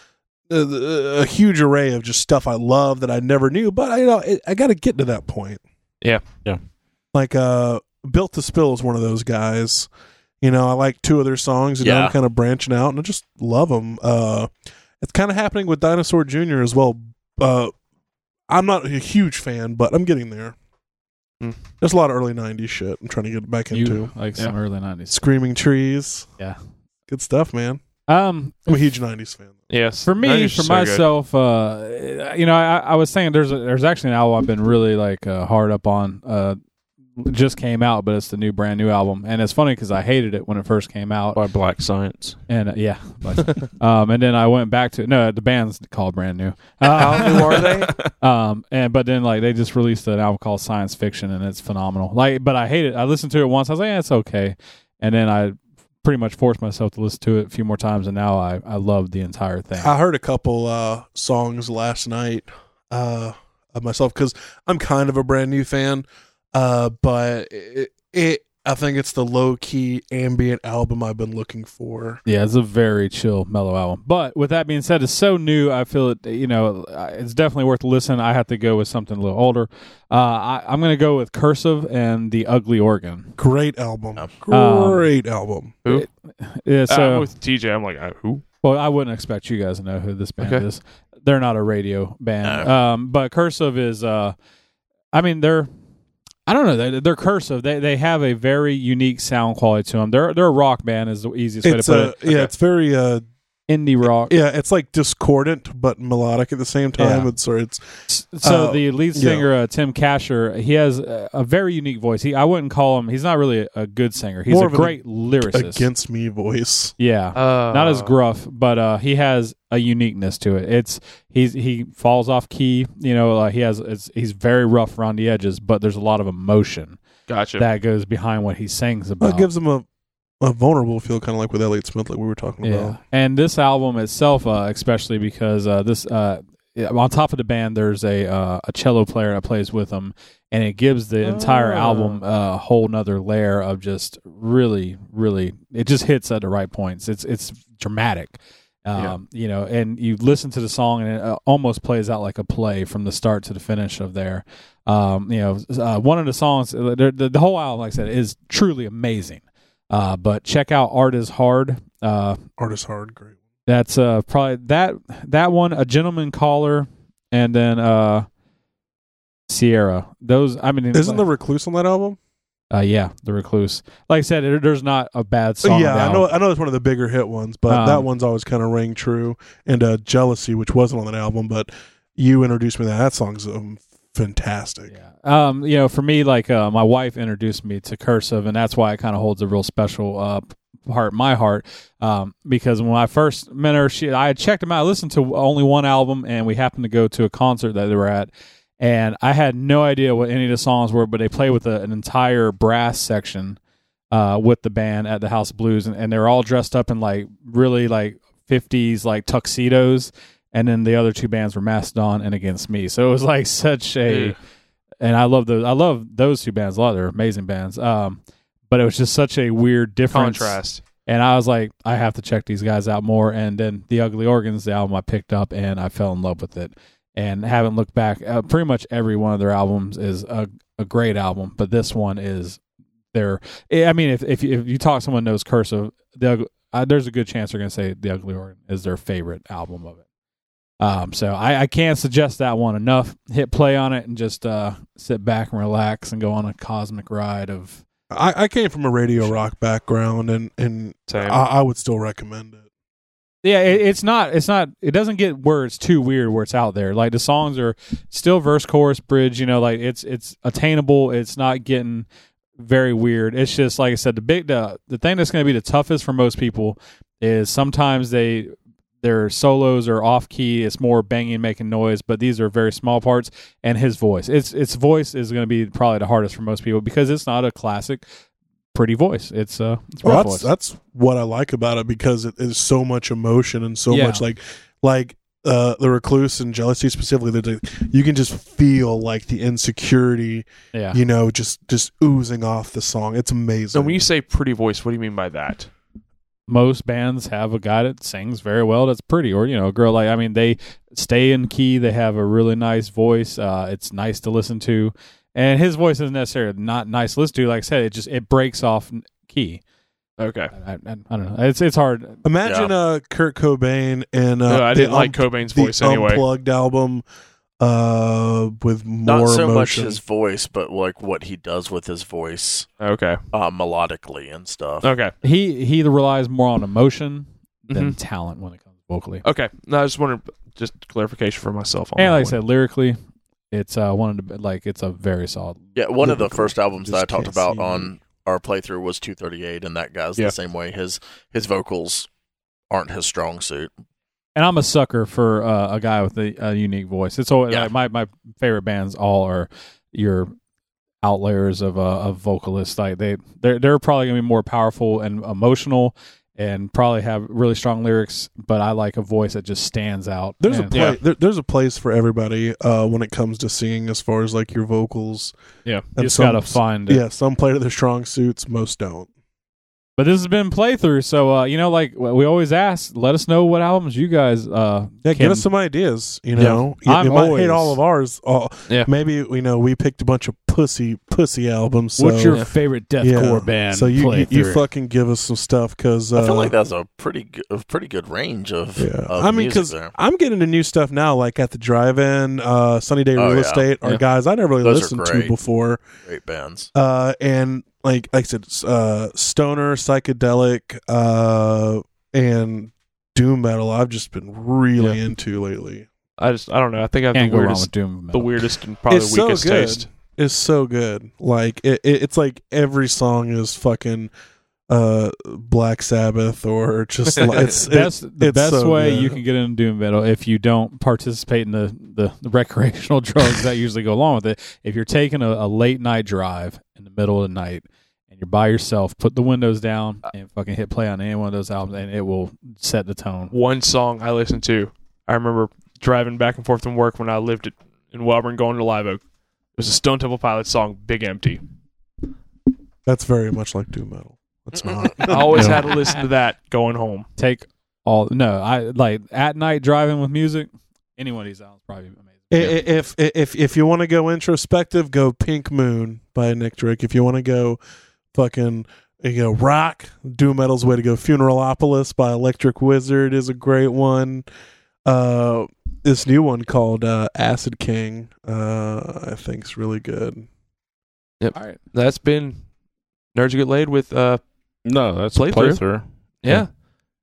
Speaker 2: uh, the- a huge array of just stuff I love that I never knew. But I, you know, it, I got to get to that point. like uh built to spill is one of those guys you know i like two of their songs and
Speaker 5: Yeah.
Speaker 2: i'm kind of branching out and i just love them uh it's kind of happening with dinosaur jr as well uh i'm not a huge fan but i'm getting there
Speaker 3: Hmm.
Speaker 2: there's a lot of early 90s shit i'm trying to get back into
Speaker 1: You like some early nineties.
Speaker 2: screaming trees
Speaker 1: Yeah.
Speaker 2: good stuff man
Speaker 1: Um,
Speaker 2: i'm a huge 90s
Speaker 1: [LAUGHS]
Speaker 2: fan
Speaker 3: Yes.
Speaker 1: for me,
Speaker 3: Nineties
Speaker 1: for
Speaker 3: are so good.
Speaker 1: myself, uh, you know, I, I was saying there's a, there's actually an album I've been really like uh, hard up on. Uh, just came out, but it's the new brand new album, and it's funny because I hated it when it first came out,
Speaker 4: by Black Science.
Speaker 1: and uh,
Speaker 3: [LAUGHS]
Speaker 1: yeah, but, um, and then I went back to no, the band's called Brand New.
Speaker 3: How new are they?
Speaker 1: [LAUGHS] Um, and but then like they just released an album called Science Fiction, and it's phenomenal. Like, but I hate it. I listened to it once. I was like, yeah, it's okay, and then I pretty much forced myself to listen to it a few more times, and now I I love the entire thing.
Speaker 2: I heard a couple uh, songs last night uh, of myself because I'm kind of a brand new fan, uh, but it, it I think it's the low key ambient album I've been looking for.
Speaker 1: Yeah, it's a very chill, mellow album. But with that being said, it's so new. I feel it. You know, it's definitely worth listening. I have to go with something a little older. Uh, I, I'm going to go with Cursive and the Ugly Organ.
Speaker 2: Great album,
Speaker 5: Um,
Speaker 1: Oh.
Speaker 2: great album.
Speaker 1: Yeah,
Speaker 3: Uh, I'm
Speaker 1: so
Speaker 3: with TJ. I'm like, uh, who?
Speaker 1: well, I wouldn't expect you guys to know who this band
Speaker 3: Okay.
Speaker 1: is. They're not a radio band. Um, but Cursive is. Uh, I mean, they're. I don't know. They, they're cursive. They they have a very unique sound quality to them. They're they're a rock band is the easiest
Speaker 2: It's
Speaker 1: way to
Speaker 2: a
Speaker 1: put
Speaker 2: yeah, it's very uh,
Speaker 1: it. Indie rock.
Speaker 2: yeah, it's like discordant but melodic at the same time.
Speaker 1: Yeah.
Speaker 2: It's so it's
Speaker 1: So
Speaker 2: Uh,
Speaker 1: the lead
Speaker 2: yeah.
Speaker 1: singer uh, Tim Casher, he has a, a very unique voice. He I wouldn't call him. He's not really a, a good singer. He's
Speaker 2: More
Speaker 1: a
Speaker 2: of an
Speaker 1: great lyricist.
Speaker 2: against me voice.
Speaker 1: yeah,
Speaker 3: Uh,
Speaker 1: not as gruff, but uh, he has a uniqueness to it. It's he's he falls off key. You know, uh, he has it's, he's very rough around the edges, but there's a lot of emotion
Speaker 3: Gotcha.
Speaker 1: that goes behind what he sings
Speaker 2: Well,
Speaker 1: about.
Speaker 2: it gives them a a vulnerable feel, kind of like with Elliott Smith, like we were talking about.
Speaker 1: And this album itself, uh, especially because uh, this uh, yeah, on top of the band, there's a uh, a cello player that plays with them, and it gives the entire
Speaker 3: Ah.
Speaker 1: album a whole nother layer of just really, really. It just hits at the right points. It's it's dramatic. Um, You know, and you listen to the song, and it uh, almost plays out like a play from the start to the finish of there. Um, you know, uh, one of the songs, the, the, the whole album, like I said, is truly amazing. Uh, but check out "Art Is Hard." Uh,
Speaker 2: Artist hard, great.
Speaker 1: that's uh probably that that one, a gentleman caller, and then uh Sierra. Those I mean,
Speaker 2: Isn't the
Speaker 1: like,
Speaker 2: recluse on that album?
Speaker 1: uh, yeah the recluse. Like I said, there- there's not a bad song.
Speaker 2: yeah, I
Speaker 1: down.
Speaker 2: know. I know it's one of the bigger hit ones, but
Speaker 1: Um,
Speaker 2: that one's always kind of rang true. And uh, jealousy, which wasn't on that album, but you introduced me to that. That song's um, fantastic.
Speaker 1: Yeah. Um, you know, for me, like uh, my wife introduced me to cursive, and that's why it kind of holds a real special uh p- part in my heart. Um, because when I first met her, she I had checked them out. I listened to only one album, and we happened to go to a concert that they were at, and I had no idea what any of the songs were, but they played with a, an entire brass section. Uh, with the band at the House of Blues, and, and they're all dressed up in like really like 50s like tuxedos, and then the other two bands were Mastodon and Against Me. So it was like such a
Speaker 3: Yeah.
Speaker 1: and I love those. I love those two bands a lot. They're amazing bands. Um, but it was just such a weird difference.
Speaker 3: Contrast.
Speaker 1: And I was like, I have to check these guys out more. And then the Ugly Organs, the album I picked up, and I fell in love with it, and haven't looked back. Uh, pretty much every one of their albums is a, a great album, but this one is their. eh, I mean, if if you, if you talk to someone who knows Cursive, the Ug- uh, there's a good chance they're going to say the Ugly Organ is their favorite album of it. Um, so I, I can't suggest that one enough. Hit play on it and just uh, sit back and relax and go on a cosmic ride of.
Speaker 2: I, I came from a radio rock background, and and
Speaker 3: Same.
Speaker 2: I, I would still recommend it.
Speaker 1: Yeah, it, it's not. It's not. It doesn't get where it's too weird where it's out there. Like the songs are still verse, chorus, bridge. You know, like it's it's attainable. It's not getting very weird. It's just like I said. The big the the thing that's going to be the toughest for most people is sometimes they their solos are off key. It's more banging, making noise. But these are very small parts. And his voice. It's its voice is going to be probably the hardest for most people because it's not a classic pretty voice. It's uh it's a
Speaker 2: Well,
Speaker 1: rough
Speaker 2: that's
Speaker 1: voice.
Speaker 2: that's what I like about it because it is so much emotion and so
Speaker 1: Yeah.
Speaker 2: much like like uh, the recluse and jealousy specifically. That like, you can just feel like the insecurity,
Speaker 1: yeah.
Speaker 2: you know, just just oozing off the song. It's amazing.
Speaker 3: So when you say pretty voice, what do you mean by that?
Speaker 1: most bands have a guy that sings very well that's pretty or you know a girl like i mean they stay in key they have a really nice voice uh, it's nice to listen to and his voice isn't necessarily not nice to listen to. Like I said, it just it breaks off n- key.
Speaker 3: Okay.
Speaker 1: I, I, I don't know. It's it's hard.
Speaker 2: Imagine uh, Kurt Cobain and uh,
Speaker 3: No, I
Speaker 2: the
Speaker 3: didn't like
Speaker 2: un-
Speaker 3: Cobain's
Speaker 2: the um,
Speaker 3: voice anyway.
Speaker 2: unplugged album uh, with more
Speaker 5: Not so
Speaker 2: emotion.
Speaker 5: much his voice, but like what he does with his voice
Speaker 3: Okay.
Speaker 5: uh, melodically and stuff.
Speaker 3: Okay.
Speaker 1: He he relies more on emotion than
Speaker 3: Mhm.
Speaker 1: talent when it comes vocally.
Speaker 3: Okay. No, I just wanted just clarification for myself. On
Speaker 1: And
Speaker 3: that
Speaker 1: like I
Speaker 3: one.
Speaker 1: said, lyrically, it's uh one of the like it's a very solid.
Speaker 5: Yeah, one of the
Speaker 2: Lyrical.
Speaker 5: first albums that
Speaker 2: Just
Speaker 5: I talked
Speaker 2: can't
Speaker 5: about
Speaker 2: see
Speaker 5: on our playthrough was 238, and that guy's
Speaker 3: Yeah.
Speaker 5: the same way. His his vocals aren't his strong suit.
Speaker 1: And I'm a sucker for uh, a guy with a, a unique voice. It's always
Speaker 5: Yeah.
Speaker 1: like, my my favorite bands all are your outliers of uh, of vocalists. Like they they're they're probably gonna be more powerful and emotional. And probably have really strong lyrics, but I like a voice that just stands out.
Speaker 2: There's a
Speaker 1: And-
Speaker 2: pla- there, there's a place for everybody uh, when it comes to singing, as far as like your vocals.
Speaker 1: Yeah, you
Speaker 2: And
Speaker 1: just
Speaker 2: some-
Speaker 1: gotta find it.
Speaker 2: Yeah, some play to their strong suits, most don't.
Speaker 1: But this has been playthrough, so uh, you know, like w- we always ask, let us know what albums you guys. Uh,
Speaker 2: Yeah,
Speaker 1: can-
Speaker 2: give us some ideas. You know, You-
Speaker 1: I'm
Speaker 2: you might
Speaker 1: always-
Speaker 2: hate all of ours. Oh,
Speaker 3: Yeah.
Speaker 2: Maybe you know we picked a bunch of pussy pussy albums. So,
Speaker 1: What's your
Speaker 3: Yeah.
Speaker 1: favorite
Speaker 2: yeah.
Speaker 1: deathcore band?
Speaker 2: So you you, you
Speaker 1: playthrough?
Speaker 2: fucking give us some stuff because uh,
Speaker 5: I feel like that's a pretty good, a pretty good range of.
Speaker 2: Yeah,
Speaker 5: of
Speaker 2: I mean,
Speaker 5: music
Speaker 2: because
Speaker 5: there.
Speaker 2: I'm getting into new stuff now, like at the drive-in, uh, Sunny Day
Speaker 5: Oh,
Speaker 2: Real
Speaker 5: yeah.
Speaker 2: Estate, are
Speaker 3: Yeah.
Speaker 2: guys I never really
Speaker 5: Those are
Speaker 2: listened to
Speaker 5: great.
Speaker 2: before.
Speaker 5: great bands.
Speaker 2: Uh, and like, like I said, s- uh, stoner, psychedelic, uh, and doom metal. I've just been really into lately.
Speaker 3: I just I don't know. I think I have
Speaker 1: can't
Speaker 3: the
Speaker 1: go wrong
Speaker 3: weirdest,
Speaker 1: with doom.
Speaker 3: the
Speaker 1: metal.
Speaker 3: weirdest and probably
Speaker 2: It's so
Speaker 3: weakest
Speaker 2: good.
Speaker 3: taste.
Speaker 2: It's so good. Like it, it, it's like every song is fucking uh Black Sabbath or just like,
Speaker 3: [LAUGHS]
Speaker 1: [LAUGHS]
Speaker 2: it's
Speaker 1: best
Speaker 2: it-
Speaker 1: the
Speaker 2: it's
Speaker 1: best
Speaker 2: so
Speaker 1: way
Speaker 2: good.
Speaker 1: you can get into doom metal if you don't participate in the, the, the recreational [LAUGHS] drugs that usually go along with it. If you're taking a, a late night drive in the middle of the night and you're by yourself, put the windows down and fucking hit play on any one of those albums, and it will set the tone.
Speaker 3: One song I listened to. I remember driving back and forth from work when I lived at, in Welburn, going to Live Oak. It was a Stone Temple Pilots song, "Big Empty."
Speaker 2: That's very much like doom metal.
Speaker 3: [LAUGHS]
Speaker 2: It's not.
Speaker 3: I always
Speaker 1: Yeah.
Speaker 3: had to listen to that going home.
Speaker 1: Take all no, I like at night driving with music. Any one of these albums probably amazing.
Speaker 2: I- i- If i- if if you want to go introspective, go Pink Moon by Nick Drake. If you want to go fucking you know rock, doom metal's way to go. Funeralopolis by Electric Wizard is a great one. Uh, this new one called uh, Acid King, uh, I think is really good.
Speaker 1: All right.
Speaker 3: That's been nerds get laid with uh
Speaker 4: No, that's
Speaker 3: Playthrough.
Speaker 4: playthrough.
Speaker 3: Yeah.
Speaker 4: Yeah.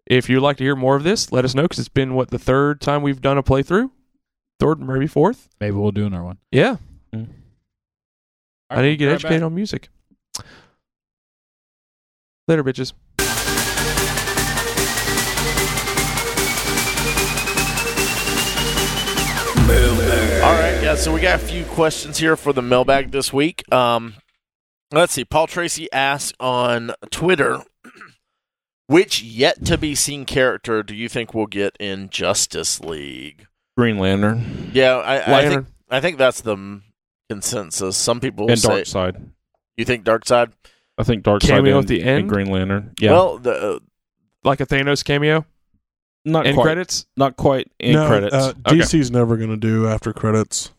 Speaker 3: If you'd like to hear more of this, let us know because it's been what the third time we've done a playthrough, third maybe fourth.
Speaker 1: Maybe we'll do another one.
Speaker 3: Yeah,
Speaker 4: Mm.
Speaker 3: I need to get educated on music. Later, bitches.
Speaker 5: All right, yeah. So we got a few questions here for the mailbag this week. Um, let's see. Paul Tracy asked on Twitter, [CLEARS THROAT] which yet to be seen character do you think will get in Justice League?
Speaker 4: Green Lantern
Speaker 5: Yeah, I, I
Speaker 3: Lantern.
Speaker 5: think I think that's the m- consensus. Some people
Speaker 4: and
Speaker 5: say
Speaker 4: Dark Side.
Speaker 5: you think Dark Side.
Speaker 4: I think Dark Side
Speaker 3: Cameo
Speaker 4: and,
Speaker 3: at the
Speaker 4: and
Speaker 3: end?
Speaker 4: Green Lantern. Yeah,
Speaker 5: Well, the, uh,
Speaker 3: like a Thanos cameo
Speaker 4: not
Speaker 3: end
Speaker 4: quite.
Speaker 3: credits.
Speaker 4: Not quite in
Speaker 2: no,
Speaker 4: credits.
Speaker 2: Uh,
Speaker 3: Okay.
Speaker 2: DC's never gonna do after credits.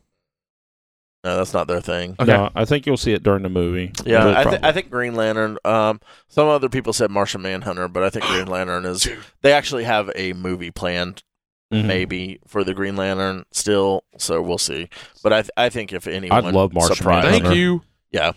Speaker 5: no, that's not their thing.
Speaker 3: Okay.
Speaker 4: No, I think you'll see it during the movie.
Speaker 5: Yeah,
Speaker 4: Really
Speaker 5: I, th-
Speaker 4: probably.
Speaker 5: I think Green Lantern. Um, some other people said Martian Manhunter, but I think Green Lantern is. They actually have a movie planned
Speaker 4: Mhm.
Speaker 5: maybe for the Green Lantern still. So we'll see. But I th- I think if anyone,
Speaker 4: love Martian
Speaker 5: surprised-
Speaker 4: Manhunter.
Speaker 3: Thank
Speaker 4: Hunter.
Speaker 3: you.
Speaker 5: Yeah.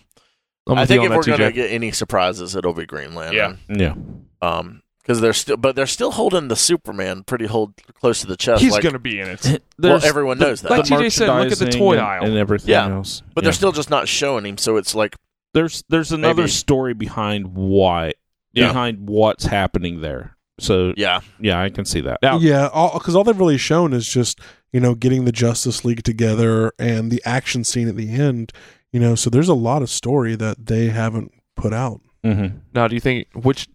Speaker 3: I'm
Speaker 5: I
Speaker 3: with
Speaker 5: think
Speaker 3: you
Speaker 5: if
Speaker 3: on
Speaker 5: we're
Speaker 3: that,
Speaker 5: gonna
Speaker 3: TJ.
Speaker 5: get any surprises, it'll be Green Lantern.
Speaker 3: [LAUGHS]
Speaker 4: Yeah.
Speaker 5: Yeah. Um, because they're still, but they're still holding the Superman pretty hold close to the chest.
Speaker 3: he's
Speaker 5: uh, like,
Speaker 3: gonna be in it.
Speaker 5: well,
Speaker 4: There's-
Speaker 5: everyone knows that.
Speaker 3: like TJ said, look at the
Speaker 4: merchandising
Speaker 3: toy
Speaker 4: and,
Speaker 3: aisle.
Speaker 4: and everything
Speaker 5: Yeah.
Speaker 4: else. Yeah.
Speaker 5: but they're still just not showing him. So it's like,
Speaker 4: there's there's another
Speaker 5: Maybe.
Speaker 4: story behind why
Speaker 5: Yeah.
Speaker 4: behind what's happening there. So
Speaker 5: yeah,
Speaker 4: yeah, I can see that.
Speaker 3: Now,
Speaker 2: Yeah, because all, they've really shown is just you know getting the Justice League together and the action scene at the end. You know, so there's a lot of story that they haven't put out.
Speaker 4: Mm-hmm.
Speaker 3: now, do you think which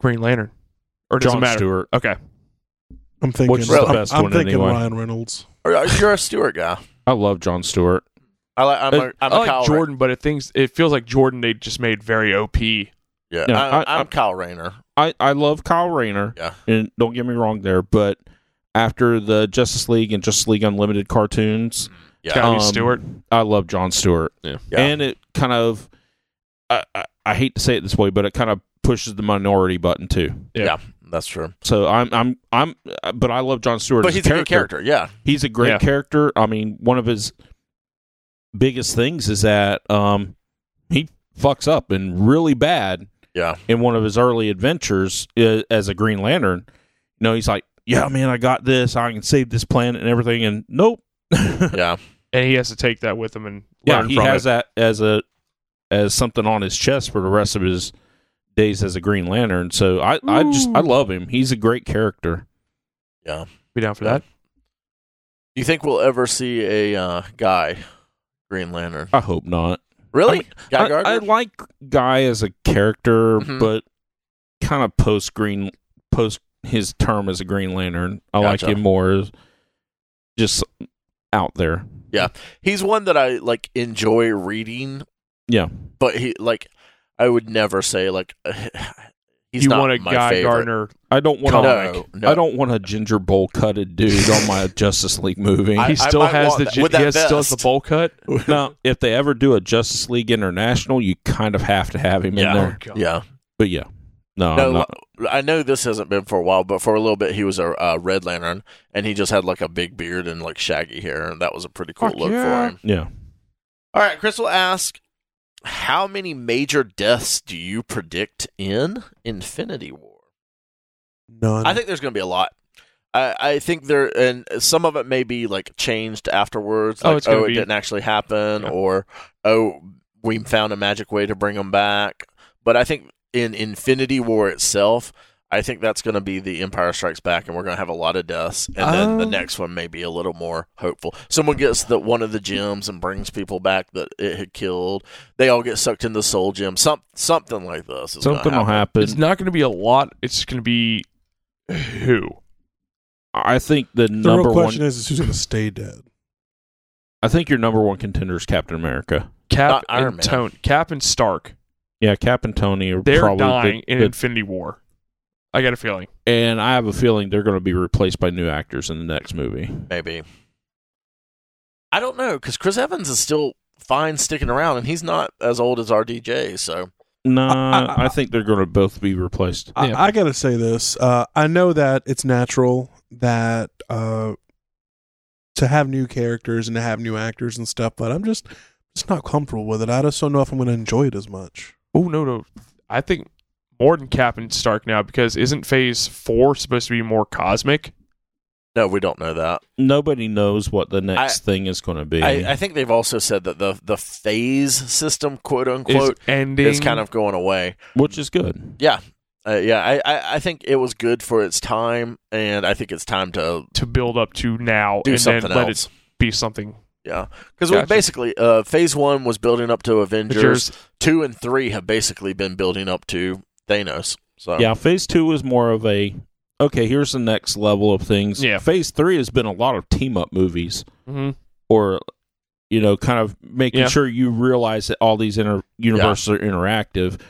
Speaker 3: Green Lantern or does it
Speaker 4: John
Speaker 3: matter?
Speaker 4: Stewart.
Speaker 3: Okay,
Speaker 2: I'm thinking.
Speaker 4: Which is the
Speaker 2: I'm-
Speaker 4: best
Speaker 2: I'm,
Speaker 4: one
Speaker 2: thinking
Speaker 4: anyway.
Speaker 2: Ryan Reynolds.
Speaker 5: Or, uh, you're a Stewart guy.
Speaker 4: I love John Stewart.
Speaker 5: I like. I'm a,
Speaker 4: But
Speaker 5: I'm
Speaker 3: Uh, I
Speaker 5: a
Speaker 3: like
Speaker 5: Kyle
Speaker 3: Jordan, but it things it feels like Jordan they just made very OP.
Speaker 5: Ray- yeah,
Speaker 4: Yeah,
Speaker 5: I,
Speaker 4: I-
Speaker 5: am
Speaker 4: I-
Speaker 5: Kyle Rayner.
Speaker 4: I, I love Kyle Rayner.
Speaker 5: Yeah.
Speaker 4: And don't get me wrong there, but after the Justice League and Justice League Unlimited cartoons,
Speaker 5: Yeah.
Speaker 3: Gotta be
Speaker 4: Um,
Speaker 3: Stewart.
Speaker 4: I love John Stewart.
Speaker 3: Yeah.
Speaker 5: Yeah.
Speaker 4: And it kind of, I, I, I hate to say it this way, but it kind of pushes the minority button too.
Speaker 1: Yeah.
Speaker 5: Yeah, that's true.
Speaker 4: So I'm, I'm, I'm, uh, but I love John Stewart.
Speaker 5: But
Speaker 4: as
Speaker 5: he's a good character. Yeah.
Speaker 4: He's a great
Speaker 3: Yeah.
Speaker 4: character. I mean, one of his biggest things is that um, he fucks up and really bad.
Speaker 5: Yeah.
Speaker 4: In one of his early adventures uh, as a Green Lantern, you know, he's like, "Yeah, man, I got this. I can save this planet and everything." And nope. [LAUGHS]
Speaker 5: Yeah.
Speaker 3: And he has to take that with him and
Speaker 4: yeah,
Speaker 3: learn
Speaker 4: he
Speaker 3: from
Speaker 4: has
Speaker 3: it.
Speaker 4: that as a as something on his chest for the rest of his days as a Green Lantern. So I, I just I love him. He's a great character.
Speaker 3: Be down for that.
Speaker 5: You think we'll ever see a uh, guy Green Lantern?
Speaker 4: I hope not.
Speaker 5: Really?
Speaker 4: I mean,
Speaker 5: guy
Speaker 4: I, I
Speaker 5: Gardner?
Speaker 4: like Guy as a character,
Speaker 5: Mhm.
Speaker 4: but kind of post Green post his term as a Green Lantern. I
Speaker 5: Gotcha.
Speaker 4: like him more as just out there.
Speaker 5: He's one that I like enjoy reading,
Speaker 4: Yeah.
Speaker 5: but he like I would never say like [SIGHS] he's
Speaker 3: you
Speaker 5: not
Speaker 3: want a
Speaker 5: my
Speaker 3: Guy
Speaker 5: favorite.
Speaker 3: Gardner.
Speaker 4: I don't want
Speaker 5: No,
Speaker 4: to
Speaker 5: no,
Speaker 4: I don't want a ginger bowl cutted dude on
Speaker 5: [LAUGHS]
Speaker 4: my Justice League movie.
Speaker 5: I-
Speaker 3: He still
Speaker 5: might
Speaker 3: has
Speaker 5: want
Speaker 3: the
Speaker 5: that-
Speaker 3: gi-
Speaker 5: with that
Speaker 3: he has, still has the
Speaker 5: vest.
Speaker 3: bowl cut.
Speaker 4: now, if they ever do a Justice League International, you kind of have to have him
Speaker 5: Yeah.
Speaker 4: in there.
Speaker 5: Yeah.
Speaker 4: But yeah, no,
Speaker 3: Uh,
Speaker 5: No,
Speaker 4: I'm not-
Speaker 5: I know this hasn't been for a while, but for a little bit he was a uh, Red Lantern, and he just had like a big beard and like shaggy hair, and that was a pretty cool
Speaker 3: Fuck
Speaker 5: look
Speaker 3: yeah.
Speaker 5: for him.
Speaker 4: yeah.
Speaker 5: All right, Crystal asks, how many major deaths do you predict in Infinity War?
Speaker 2: None.
Speaker 5: I think there's going to be a lot. I, I think there, and some of it may be like changed afterwards.
Speaker 3: Oh,
Speaker 5: Like,
Speaker 3: it's gonna
Speaker 5: it
Speaker 3: be-
Speaker 5: didn't actually happen,
Speaker 3: Yeah.
Speaker 5: or oh, we found a magic way to bring them back. But I think in Infinity War itself, I think that's going to be the Empire Strikes Back, and we're going to have a lot of deaths. And then
Speaker 3: Oh.
Speaker 5: the
Speaker 2: Um.
Speaker 5: next one may be a little more hopeful. Someone gets the one of the gems and brings people back that it had killed. They all get sucked into Soul Gem. Some something like this. Is gonna
Speaker 4: Something will happen.
Speaker 3: It's not going to be a lot. It's going to be who?
Speaker 4: I think the,
Speaker 2: the
Speaker 4: number
Speaker 2: real
Speaker 4: one.
Speaker 2: question is, is who's going to stay dead?
Speaker 4: I think your number one contender is Captain America.
Speaker 5: Not
Speaker 3: Cap
Speaker 5: Iron
Speaker 3: and
Speaker 5: Man.
Speaker 3: Tone. Cap and Stark.
Speaker 4: Yeah, Cap and Tony are
Speaker 3: They're
Speaker 4: probably the-
Speaker 3: dying in
Speaker 4: the-
Speaker 3: Infinity War. I got a feeling.
Speaker 4: and I have a feeling they're going to be replaced by new actors in the next movie.
Speaker 5: maybe. I don't know because Chris Evans is still fine sticking around, and he's not as old as RDJ. So
Speaker 4: No,
Speaker 2: I-
Speaker 4: I,
Speaker 2: I-
Speaker 4: think they're going to both be replaced.
Speaker 1: Yeah.
Speaker 2: I, I gotta say this. Uh, I know that it's natural that uh, to have new characters and to have new actors and stuff, but I'm just just not comfortable with it. I just don't know if I'm going to enjoy it as much.
Speaker 3: Oh no no, I think more than Cap and Stark now because isn't Phase Four supposed to be more cosmic?
Speaker 5: no, we don't know that.
Speaker 4: Nobody knows what the next thing is going to be.
Speaker 5: I, I think they've also said that the the phase system, quote unquote,
Speaker 3: is ending
Speaker 5: is, kind of going away.
Speaker 4: which is good.
Speaker 5: Uh, yeah, I, I I think it was good for its time, and I think it's time to
Speaker 3: to build up to now
Speaker 5: do
Speaker 3: and then
Speaker 5: something
Speaker 3: let
Speaker 5: else.
Speaker 3: it be something.
Speaker 5: Because
Speaker 3: Gotcha.
Speaker 5: basically, uh, phase one was building up to Avengers.
Speaker 3: Avengers.
Speaker 5: Two and three have basically been building up to Thanos. So
Speaker 4: Yeah, phase two is more of a okay. Here's the next level of things.
Speaker 3: Yeah.
Speaker 4: phase three has been a lot of team up movies.
Speaker 3: hmm
Speaker 4: or you know kind of making
Speaker 3: Yeah.
Speaker 4: sure you realize that all these inter- universes are interactive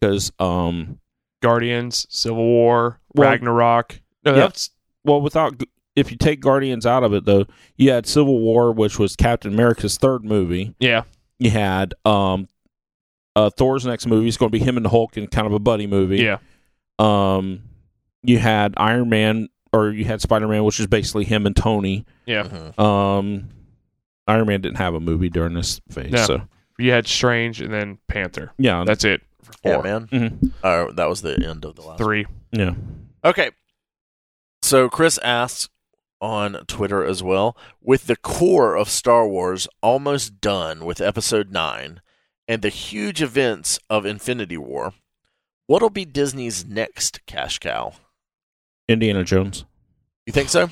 Speaker 4: because um
Speaker 3: Guardians, Civil War,
Speaker 4: Well-
Speaker 3: Ragnarok. No,
Speaker 4: Yeah.
Speaker 3: that's
Speaker 4: well without if you take guardians out of it though you had civil war which was captain america's third movie
Speaker 3: yeah.
Speaker 4: you had um uh thor's next movie is going to be him and hulk in kind of a buddy movie
Speaker 3: Yeah.
Speaker 4: um you had iron man or you had spider-man which is basically him and tony
Speaker 3: Yeah.
Speaker 5: Mhm.
Speaker 4: um iron man didn't have a movie during this phase
Speaker 3: No.
Speaker 4: so
Speaker 3: You had Strange and then Panther.
Speaker 4: yeah
Speaker 3: That's it. For four.
Speaker 5: yeah, man.
Speaker 4: Mhm.
Speaker 5: Uh, that was the end of the last
Speaker 3: Three.
Speaker 4: yeah
Speaker 5: Okay. So Chris asks on Twitter as well with the core of Star Wars almost done with episode 9 and the huge events of Infinity War, what'll be Disney's next cash cow?
Speaker 4: indiana jones
Speaker 5: You think so?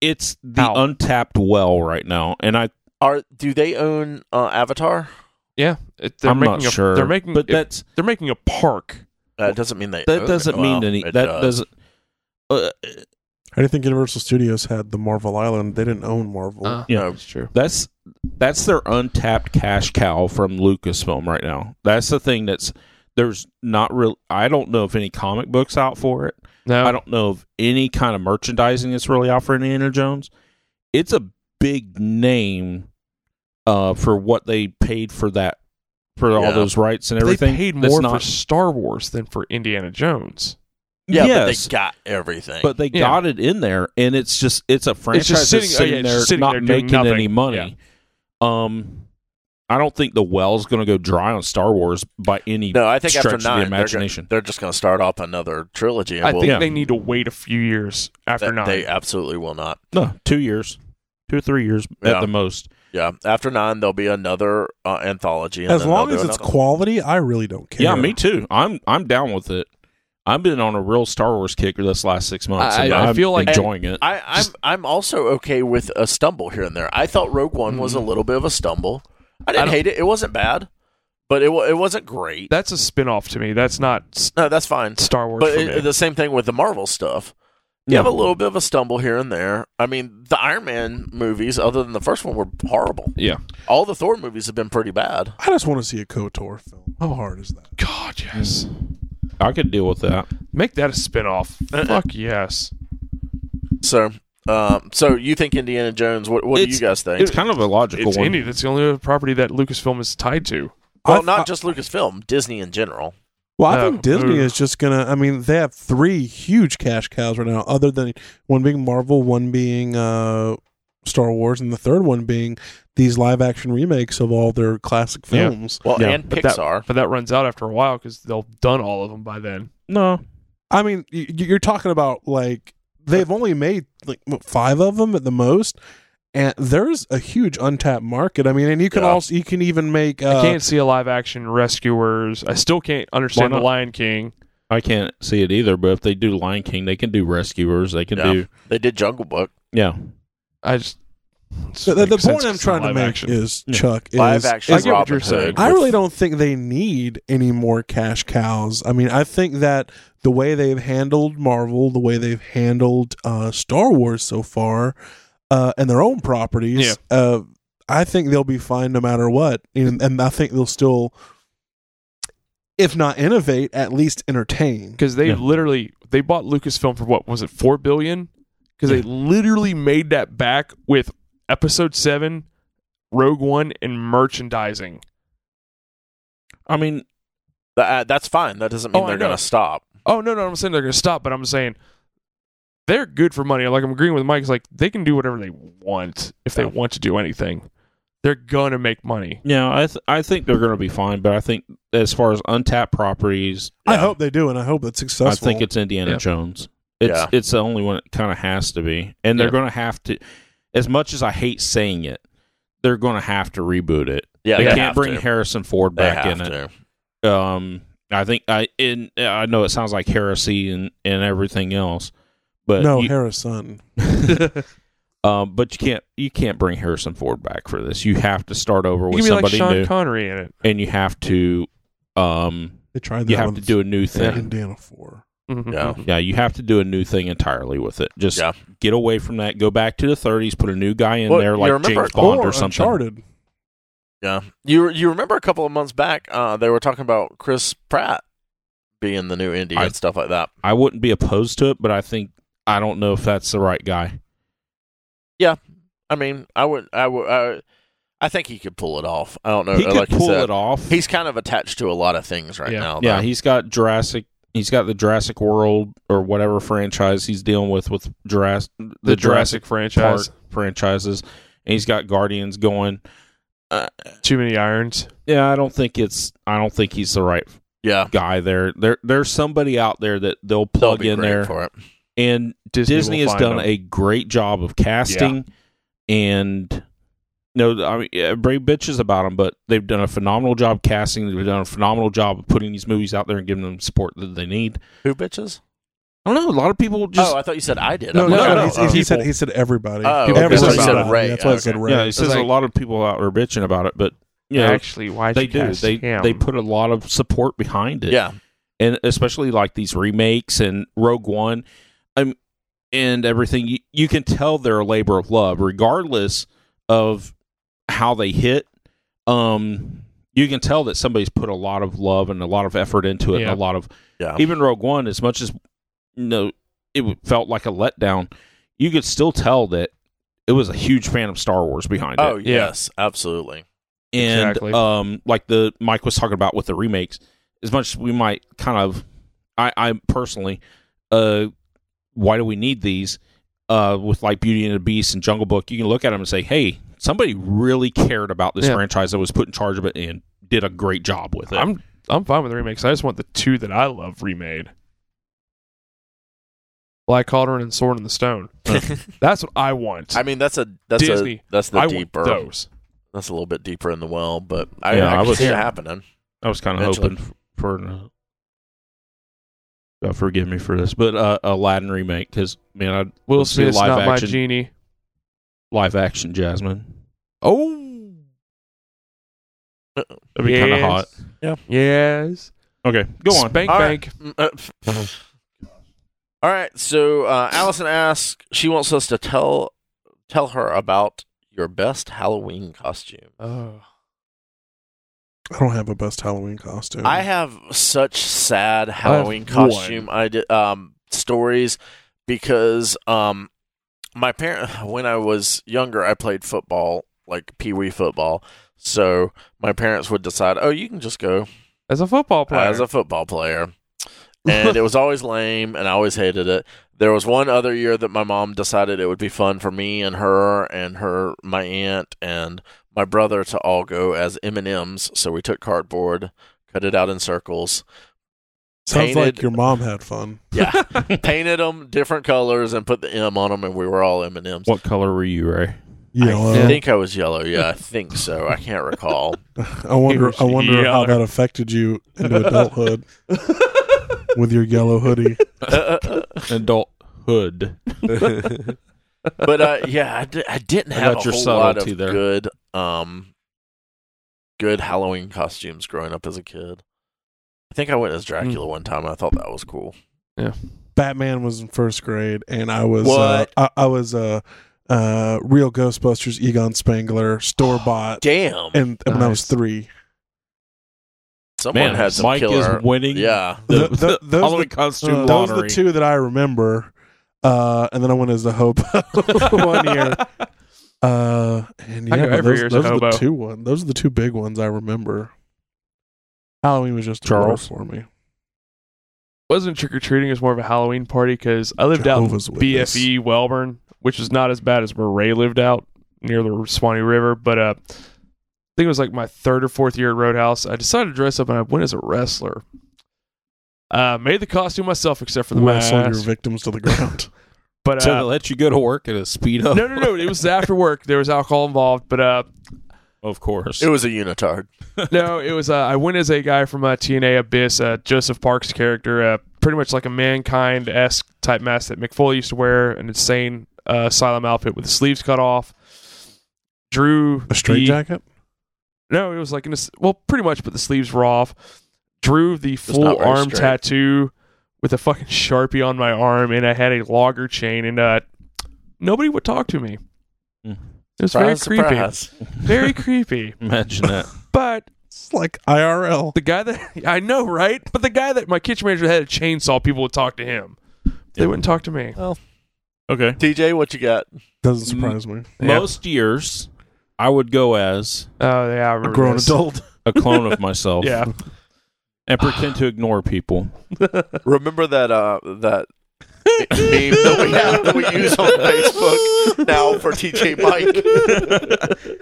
Speaker 4: it's the
Speaker 3: How?
Speaker 4: untapped well right now, and I
Speaker 5: Are do they own uh, Avatar?
Speaker 3: Yeah. It- they're
Speaker 4: I'm
Speaker 3: making
Speaker 4: not
Speaker 3: a,
Speaker 4: sure.
Speaker 3: They're making.
Speaker 4: but
Speaker 3: it-
Speaker 4: that's
Speaker 3: they're making a park.
Speaker 5: That doesn't mean they.
Speaker 4: that
Speaker 5: own
Speaker 4: doesn't
Speaker 5: it.
Speaker 4: mean
Speaker 5: Well,
Speaker 4: any
Speaker 5: it
Speaker 4: that
Speaker 5: does.
Speaker 4: doesn't. Uh,
Speaker 2: I didn't think Universal Studios had the Marvel Island. They didn't own Marvel.
Speaker 4: yeah,
Speaker 5: No.
Speaker 3: that's true.
Speaker 4: that's that's their untapped cash cow from Lucasfilm right now. That's the thing that's there's not real. I don't know if any comic books out for it.
Speaker 3: No,
Speaker 4: I don't know if any kind of merchandising that's really out for Indiana Jones. It's a big name uh, for what they paid for that for all
Speaker 5: Yeah.
Speaker 4: those rights and
Speaker 3: They
Speaker 4: everything.
Speaker 3: paid
Speaker 4: That's
Speaker 3: more for
Speaker 4: not-
Speaker 3: Star Wars than for Indiana Jones.
Speaker 5: Yeah,
Speaker 4: yes,
Speaker 5: but they got everything.
Speaker 4: but they
Speaker 3: Yeah.
Speaker 4: got it in there, and it's just it's a franchise
Speaker 3: just sitting-
Speaker 4: that's
Speaker 3: oh,
Speaker 4: sitting
Speaker 3: yeah, it's
Speaker 4: there
Speaker 3: just sitting
Speaker 4: not
Speaker 3: there doing
Speaker 4: making
Speaker 3: nothing.
Speaker 4: any money. Um, I don't think the well's going to go dry on Star Wars by any
Speaker 5: no, I think
Speaker 4: stretch
Speaker 5: after
Speaker 4: of the
Speaker 5: nine, they're, gonna,
Speaker 4: imagination.
Speaker 5: they're just going to start off another trilogy. and
Speaker 3: I
Speaker 5: we'll-
Speaker 3: think
Speaker 4: Yeah.
Speaker 3: they need to wait a few years after
Speaker 5: that
Speaker 3: nine.
Speaker 5: they absolutely will not.
Speaker 4: no, two years, two or three years
Speaker 5: Yeah.
Speaker 4: at the most.
Speaker 5: Yeah, after nine, there'll be another uh, anthology. and
Speaker 2: As
Speaker 5: then
Speaker 2: long
Speaker 5: they'll
Speaker 2: as
Speaker 5: do
Speaker 2: it's
Speaker 5: another.
Speaker 2: quality, I really don't care.
Speaker 4: Yeah, me too. I'm I'm down with it. I've been on a real Star Wars kick this last six months.
Speaker 3: I-
Speaker 4: and
Speaker 3: I
Speaker 4: I'm
Speaker 3: feel like-
Speaker 4: enjoying it.
Speaker 5: I, I'm I'm also okay with a stumble here and there. I thought Rogue One was a little bit of a stumble. I didn't hate it. It wasn't bad, but it wa- it wasn't great.
Speaker 3: That's a spin off to me. That's not s-
Speaker 5: no, that's fine.
Speaker 3: Star Wars.
Speaker 5: But
Speaker 3: for
Speaker 5: it,
Speaker 3: me.
Speaker 5: the same thing with the Marvel stuff. You have a little bit of a stumble here and there. I mean, the Iron Man movies, other than the first one, were horrible.
Speaker 4: yeah.
Speaker 5: All the Thor movies have been pretty bad.
Speaker 2: I just want to see a KOTOR film. How hard is that?
Speaker 3: God, yes.
Speaker 4: I could deal with that.
Speaker 3: Make that a spin off.
Speaker 5: Uh-uh.
Speaker 3: Fuck yes.
Speaker 5: So, um, so you think Indiana Jones? What, what do
Speaker 4: It's-
Speaker 5: you guys think?
Speaker 4: It's kind of a logical
Speaker 3: It's
Speaker 4: one.
Speaker 3: Indy. That's the only other property that Lucasfilm is tied to.
Speaker 2: I
Speaker 5: well,
Speaker 2: th-
Speaker 5: Oh, not just Lucasfilm, Disney in general.
Speaker 2: Well, I
Speaker 3: No.
Speaker 2: think Disney
Speaker 3: Ooh.
Speaker 2: is just gonna. I mean, they have three huge cash cows right now. Other than one being Marvel, one being uh, Star Wars, and the third one being these live action remakes of all their classic
Speaker 3: Yeah.
Speaker 2: films.
Speaker 5: Well,
Speaker 3: Yeah,
Speaker 5: and
Speaker 3: but that-
Speaker 5: Pixar.
Speaker 3: But that runs out after a while because they'll done all of them by then.
Speaker 4: No.
Speaker 2: I mean, y- y- you're talking about like they've only made like what, five of them at the most, and there's a huge untapped market. I mean, and you can
Speaker 5: Yeah.
Speaker 2: also you can even make. Uh,
Speaker 3: I can't see a live action Rescuers. I still can't understand
Speaker 4: Why
Speaker 3: the
Speaker 4: not?
Speaker 3: Lion King.
Speaker 4: I can't see it either, but if they do Lion King, they can do Rescuers. They can
Speaker 5: Yeah.
Speaker 4: do
Speaker 5: They did Jungle Book.
Speaker 4: yeah.
Speaker 3: I just.
Speaker 2: The, the- the point I'm trying to make is
Speaker 4: Yeah.
Speaker 2: Chuck is
Speaker 5: Live action
Speaker 3: I get what
Speaker 5: Robin
Speaker 3: you're saying.
Speaker 5: Hood.
Speaker 2: I
Speaker 5: with-
Speaker 2: really don't think they need any more cash cows. I mean, I think that the way they've handled Marvel, the way they've handled uh, Star Wars so far, uh, and their own properties,
Speaker 3: Yeah.
Speaker 2: uh, I think they'll be fine no matter what. And, and I think they'll still, if not innovate, at least entertain.
Speaker 3: because they
Speaker 4: Yeah.
Speaker 3: literally they bought Lucasfilm for what was it four billion? Because they literally made that back with Episode Seven, Rogue One, and merchandising.
Speaker 4: I mean,
Speaker 5: Th- uh, that's fine. That doesn't mean
Speaker 3: Oh, I
Speaker 5: they're
Speaker 3: know.
Speaker 5: going to stop.
Speaker 3: Oh no, no, I'm saying they're gonna stop, but I'm saying they're good for money. Like I'm agreeing with Mike. It's like they can do whatever they want if they want to do anything. They're gonna make money.
Speaker 4: yeah, I th- I think they're going to be fine, but I think as far as untapped properties,
Speaker 2: I hope they do, and I hope that's successful.
Speaker 4: I think it's Indiana
Speaker 3: Yeah.
Speaker 4: Jones. It's
Speaker 5: Yeah.
Speaker 4: it's the only one it kind of has to be, and they're
Speaker 3: Yeah.
Speaker 4: going to have to. As much as I hate saying it, they're going to have to reboot it.
Speaker 5: Yeah,
Speaker 4: they,
Speaker 5: they
Speaker 4: can't
Speaker 5: have
Speaker 4: bring
Speaker 5: to.
Speaker 4: Harrison Ford
Speaker 5: They
Speaker 4: back
Speaker 5: have
Speaker 4: in
Speaker 5: to.
Speaker 4: it. Um, I think I in I know it sounds like heresy and and everything else, but
Speaker 2: no
Speaker 4: uh, you-
Speaker 2: Harrison.
Speaker 4: Um, but you can't you can't bring Harrison Ford back for this. You have to start over
Speaker 3: You
Speaker 4: with
Speaker 3: can be like
Speaker 4: somebody
Speaker 3: Sean
Speaker 4: new,
Speaker 3: Connery in it.
Speaker 4: and you have to um
Speaker 2: They tried that.
Speaker 4: you have
Speaker 2: with
Speaker 4: to do a new thing.
Speaker 2: Indiana Four.
Speaker 3: Mm-hmm.
Speaker 5: Yeah.
Speaker 4: Yeah, you have to do a new thing entirely with it. Just
Speaker 5: Yeah.
Speaker 4: get away from that. Go back to the 30s. Put a new guy in
Speaker 5: Well,
Speaker 4: there,
Speaker 5: you
Speaker 4: like
Speaker 5: remember-
Speaker 4: James Bond or,
Speaker 2: or
Speaker 4: something.
Speaker 2: Uncharted.
Speaker 5: Yeah. You you remember a couple of months back, uh, they were talking about Chris Pratt being the new Indy
Speaker 4: I-
Speaker 5: and stuff like that.
Speaker 4: I wouldn't be opposed to it, but I think I don't know if that's the right guy.
Speaker 5: I mean, I would I would I, I think he could pull it off. I don't know.
Speaker 4: he could
Speaker 5: Uh, like
Speaker 4: pull
Speaker 5: you said,
Speaker 4: it off.
Speaker 5: He's kind of attached to a lot of things right
Speaker 3: Yeah.
Speaker 5: now.
Speaker 4: yeah,
Speaker 5: though.
Speaker 4: he's got Jurassic. He's got the Jurassic World or whatever franchise he's dealing with with Jurassic the,
Speaker 3: The
Speaker 4: Jurassic
Speaker 3: Jurassic franchise,
Speaker 4: Park franchises, and he's got Guardians going. Uh,
Speaker 3: too many irons.
Speaker 4: yeah, I don't think it's. I don't think he's the right
Speaker 5: yeah.
Speaker 4: guy there. There, there's somebody out there that they'll
Speaker 5: They'll
Speaker 4: plug
Speaker 5: be
Speaker 4: in
Speaker 5: great
Speaker 4: there.
Speaker 5: for it.
Speaker 4: And
Speaker 3: Disney,
Speaker 4: Disney,
Speaker 3: will
Speaker 4: has
Speaker 3: find
Speaker 4: done
Speaker 3: them.
Speaker 4: a great job of casting, and no, I mean everybody bitches about them, but they've done a phenomenal job casting. They've done a phenomenal job of putting these movies out there and giving them support that they need.
Speaker 5: Who bitches?
Speaker 4: I don't know. A lot of people just
Speaker 5: oh, I thought you said I did.
Speaker 2: No,
Speaker 5: I'm
Speaker 2: no,
Speaker 5: like,
Speaker 2: no,
Speaker 5: oh,
Speaker 2: he's-
Speaker 5: oh.
Speaker 2: he said he said everybody.
Speaker 5: Oh,
Speaker 3: okay.
Speaker 2: Everybody.
Speaker 3: That's why I said
Speaker 5: Ray.
Speaker 2: That's why I said
Speaker 5: Okay.
Speaker 2: Ray.
Speaker 4: yeah, it says
Speaker 3: like-
Speaker 4: a lot of people out are bitching about it, but yeah,
Speaker 3: actually, why
Speaker 4: they do. They
Speaker 3: him?
Speaker 4: they put a lot of support behind it.
Speaker 5: yeah.
Speaker 4: and especially like these remakes and Rogue One, um, and everything. You, you can tell they're a labor of love, regardless of how they hit. Um, you can tell that somebody's put a lot of love and a lot of effort into it,
Speaker 3: Yeah.
Speaker 4: and a lot of
Speaker 5: Yeah.
Speaker 4: even Rogue One, as much as you know, it w- felt like a letdown. You could still tell that it was a huge fan of Star Wars behind
Speaker 5: Oh
Speaker 4: it.
Speaker 5: yes, absolutely.
Speaker 4: And
Speaker 3: exactly.
Speaker 4: um like the Mike was talking about with the remakes, as much as we might kind of I, I personally, uh why do we need these? Uh with like Beauty and the Beast and Jungle Book, you can look at them and say, Hey, somebody really cared about this
Speaker 3: Yeah.
Speaker 4: franchise that was put in charge of it and did a great job with it.
Speaker 3: I'm I'm fine with the remakes. I just want the two that I love remade. Black Cauldron and Sword in the Stone.
Speaker 5: [LAUGHS]
Speaker 3: That's what I want.
Speaker 5: I mean, that's a that's
Speaker 3: Disney,
Speaker 5: a that's the
Speaker 3: I
Speaker 5: deeper
Speaker 3: want those.
Speaker 5: that's a little bit deeper in the well, but I,
Speaker 4: Yeah, I
Speaker 5: I, can
Speaker 4: was-
Speaker 5: see it happening.
Speaker 4: I was kind of
Speaker 5: Eventually.
Speaker 4: hoping f- for. an, uh, God forgive me for this, but uh, Aladdin remake because man, I
Speaker 3: Will
Speaker 4: let's do
Speaker 3: Smith's
Speaker 4: live
Speaker 3: not my
Speaker 4: action,
Speaker 3: genie.
Speaker 4: live action Jasmine.
Speaker 3: Oh,
Speaker 4: That'd be kind of hot.
Speaker 3: Yes.
Speaker 4: Okay, go on.
Speaker 3: Spank
Speaker 5: All right.
Speaker 3: bank.
Speaker 5: Mm, uh, pff. All right. So uh, Allison asks, she wants us to tell tell her about your best Halloween costume.
Speaker 3: Oh.
Speaker 2: I don't have a best Halloween costume.
Speaker 5: I have such sad Halloween
Speaker 3: one.
Speaker 5: costume I did, um, stories because um, my parent when I was younger I played football like pee wee football, so my parents would decide, oh, you can just go
Speaker 3: As a football player.
Speaker 5: as a football player. And it was always lame, and I always hated it. There was one other year that my mom decided it would be fun for me and her and her my aunt and my brother to all go as M and M's. So we took cardboard, cut it out in circles,
Speaker 2: Sounds
Speaker 5: painted-
Speaker 2: like your mom had fun.
Speaker 5: painted them different colors, and put the M on them, and we were all M and M's.
Speaker 4: What color were you, Ray?
Speaker 2: Yellow.
Speaker 5: I think I was yellow. Yeah, I think so. I can't recall.
Speaker 2: I wonder. I wonder how
Speaker 3: Yellow.
Speaker 2: that affected you into
Speaker 5: [LAUGHS]
Speaker 2: adulthood
Speaker 3: [LAUGHS]
Speaker 2: with your yellow hoodie.
Speaker 4: Adulthood.
Speaker 5: but uh, yeah, I, di- I didn't
Speaker 4: I
Speaker 5: have a
Speaker 4: got your
Speaker 5: whole lot
Speaker 4: subtlety
Speaker 5: of
Speaker 4: there.
Speaker 5: good, um, good Halloween costumes growing up as a kid. I think I went
Speaker 4: Hmm.
Speaker 5: as Dracula one time. and I thought that was cool.
Speaker 2: Batman was in first grade, and I was. Uh,
Speaker 5: What?
Speaker 2: I, I was a uh, uh, real Ghostbusters Egon Spangler store
Speaker 5: Oh,
Speaker 2: bought,
Speaker 5: Damn,
Speaker 2: and and when I was
Speaker 3: Nice.
Speaker 2: three.
Speaker 5: someone
Speaker 4: Man,
Speaker 5: had some
Speaker 4: Mike
Speaker 5: killer.
Speaker 4: is winning.
Speaker 5: yeah,
Speaker 2: Th-
Speaker 4: The,
Speaker 2: th-
Speaker 4: the
Speaker 2: those
Speaker 4: Halloween
Speaker 2: the-
Speaker 4: costume
Speaker 2: Uh, Those are
Speaker 4: lottery.
Speaker 2: the two that I remember. Uh, and then I went as the hobo [LAUGHS] one year. Uh, and
Speaker 3: I
Speaker 2: yeah,
Speaker 3: go
Speaker 2: but
Speaker 3: every
Speaker 2: those,
Speaker 3: year as a
Speaker 2: those are
Speaker 3: hobo.
Speaker 2: the two one. Those are the two big ones I remember. Halloween was just a
Speaker 4: Charles?
Speaker 2: blur for me.
Speaker 3: Wasn't trick or treating. It was more of a Halloween party because I lived
Speaker 2: Jehovah's
Speaker 3: out in
Speaker 2: Witness.
Speaker 3: BFE Welburn, E which is not as bad as where Ray lived out near the Swanee River. But uh, I think it was like my third or fourth year at Roadhouse. I decided to dress up and I went as a wrestler. Uh, made the costume myself except for the
Speaker 2: Wrestled your
Speaker 3: mask.
Speaker 2: victims to the ground. [LAUGHS]
Speaker 3: But
Speaker 4: So they
Speaker 3: uh,
Speaker 4: let you go [LAUGHS] to work at a speed up.
Speaker 3: no, no, no. It was after work. There was alcohol involved. But uh,
Speaker 4: Of course.
Speaker 5: it was a unitard.
Speaker 4: [LAUGHS]
Speaker 3: no, it was. Uh, I went as a guy from uh, TNA Abyss, uh, Joseph Parks' character, uh, pretty much like a mankind esque type mask that McFoley used to wear, an insane uh, asylum outfit with the sleeves cut off. Drew
Speaker 2: A straight
Speaker 3: the-
Speaker 2: jacket?
Speaker 3: No, it was like an ass- well, pretty much, but the sleeves were off. Drew the
Speaker 5: not
Speaker 3: full
Speaker 5: very
Speaker 3: arm
Speaker 5: straight.
Speaker 3: tattoo with a fucking sharpie on my arm, and I had a logger chain, and uh, nobody would talk to me.
Speaker 4: Mm.
Speaker 3: It was
Speaker 5: Surprise,
Speaker 3: very creepy,
Speaker 5: surprise.
Speaker 3: very creepy.
Speaker 4: [LAUGHS] Imagine that.
Speaker 3: But
Speaker 2: It's like IRL.
Speaker 3: the guy that [LAUGHS] I know, right? But the guy that my kitchen manager had a chainsaw, people would talk to him. They wouldn't talk to me.
Speaker 4: Okay.
Speaker 5: TJ, what
Speaker 4: [LAUGHS]
Speaker 5: you got?
Speaker 2: Doesn't surprise me.
Speaker 3: Yeah.
Speaker 4: Most years, I would go as
Speaker 3: Oh, yeah, I remember
Speaker 2: A grown
Speaker 3: this.
Speaker 2: adult.
Speaker 4: a clone of
Speaker 5: [LAUGHS]
Speaker 4: myself
Speaker 3: Yeah,
Speaker 4: and pretend to ignore people.
Speaker 5: Remember that uh
Speaker 4: [LAUGHS]
Speaker 5: that meme that we have that we use on Facebook now for TJ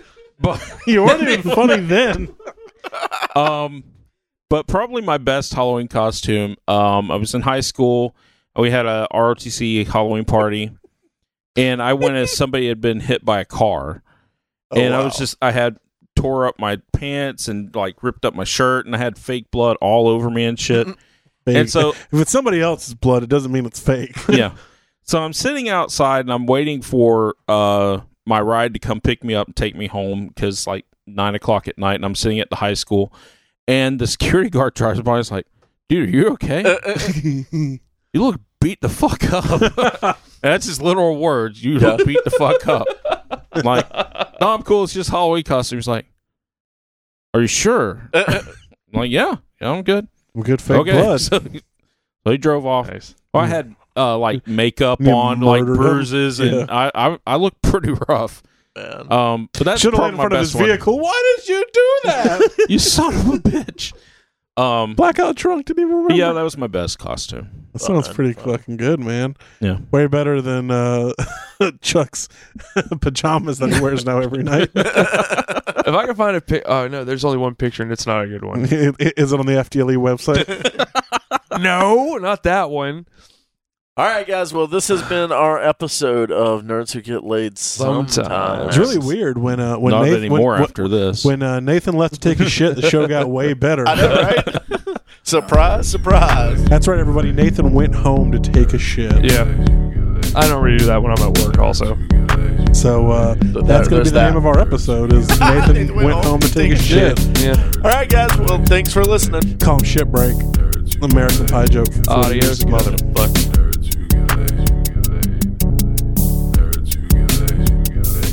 Speaker 4: [LAUGHS]
Speaker 2: [LAUGHS]
Speaker 5: Mike. [LAUGHS]
Speaker 2: you weren't even funny then.
Speaker 4: um, but probably my best Halloween costume. Um, I was in high school. We had a ROTC Halloween party, and I went as somebody had been hit by a car,
Speaker 5: Oh,
Speaker 4: and I
Speaker 5: wow.
Speaker 4: was just I had tore up my pants and like ripped up my shirt, and I had fake blood all over me and
Speaker 5: [LAUGHS]
Speaker 4: shit. and so
Speaker 2: if it's somebody else's blood, it doesn't mean it's fake.
Speaker 4: yeah. [LAUGHS] So I'm sitting outside and I'm waiting for uh my ride to come pick me up and take me home because like nine o'clock at night and I'm sitting at the high school and the security [LAUGHS] guard drives by and is like, dude, are you okay?
Speaker 5: Uh.
Speaker 4: you look beat the fuck up. That's his literal words. You look beat the fuck up. I'm like, no, I'm cool. It's just Halloween costumes. Like, are you sure? I'm like, yeah, yeah, I'm good.
Speaker 2: Well, good fake
Speaker 4: [LAUGHS] okay.
Speaker 2: blood.
Speaker 4: So, so he drove
Speaker 3: [LAUGHS]
Speaker 4: off.
Speaker 3: nice.
Speaker 4: Well, I had
Speaker 2: [LAUGHS]
Speaker 4: uh, like makeup
Speaker 2: You
Speaker 4: on, like
Speaker 2: murdered him.
Speaker 4: bruises,
Speaker 2: Yeah.
Speaker 4: and I, I I look pretty rough.
Speaker 7: Man.
Speaker 4: Um, but that's
Speaker 2: Should have
Speaker 4: probably
Speaker 2: in
Speaker 4: my
Speaker 2: front of
Speaker 4: best
Speaker 2: his vehicle. Why did you do that?
Speaker 4: one. [LAUGHS] You son of a bitch. Um,
Speaker 2: Blackout drunk didn't even remember.
Speaker 4: yeah, that was my best costume.
Speaker 2: that sounds pretty fucking good, man.
Speaker 4: Yeah.
Speaker 2: way better than uh, [LAUGHS] Chuck's [LAUGHS] pajamas that he wears now every night. [LAUGHS]
Speaker 3: if I can find a pic, oh no, there's only one picture and it's not a good
Speaker 2: [LAUGHS]
Speaker 3: one.
Speaker 2: Is it on the FDLE E website?
Speaker 3: no, not that one.
Speaker 7: All right, guys. Well, this has been our episode of Nerds Who Get Laid
Speaker 3: Sometimes.
Speaker 7: Sometimes.
Speaker 2: It's really weird when uh, when
Speaker 4: Not
Speaker 2: Nathan,
Speaker 4: anymore
Speaker 2: when,
Speaker 4: after this.
Speaker 2: when uh, Nathan left to take his shit, the show got way better.
Speaker 7: I know, right? [LAUGHS] surprise, surprise.
Speaker 2: That's right, everybody. Nathan went home to take a shit.
Speaker 3: Yeah, I don't redo that when I'm at work. Also,
Speaker 2: So uh, that's going
Speaker 7: there's
Speaker 2: to be the name
Speaker 7: that.
Speaker 2: of our episode is Nathan, went, home to take a shit.
Speaker 3: yeah.
Speaker 7: All right, guys. Well, thanks for listening.
Speaker 2: Call him shit break. American Pie joke. from 40 years
Speaker 3: Adios,
Speaker 2: ago.
Speaker 3: motherfucker.
Speaker 8: Nerds who get laid, who get laid. Nerds who get laid, who get laid.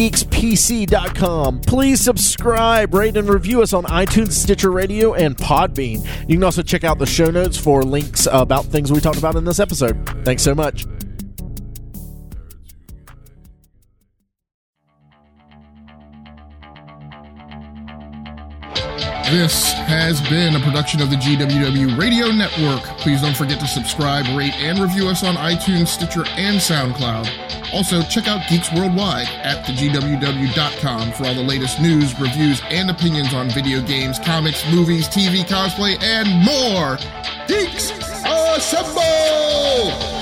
Speaker 5: weebegeekspc.com. Please subscribe, rate, and review us on iTunes, Stitcher Radio, and Podbean. You can also check out the show notes for links about things we talked about in this episode. Thanks so much.
Speaker 9: This has been a production of the GWW Radio Network. Please don't forget to subscribe, rate, and review us on iTunes, Stitcher, and SoundCloud. Also, check out Geeks Worldwide at thegww.com for all the latest news, reviews, and opinions on video games, comics, movies, TV, cosplay, and more. Geeks Assemble!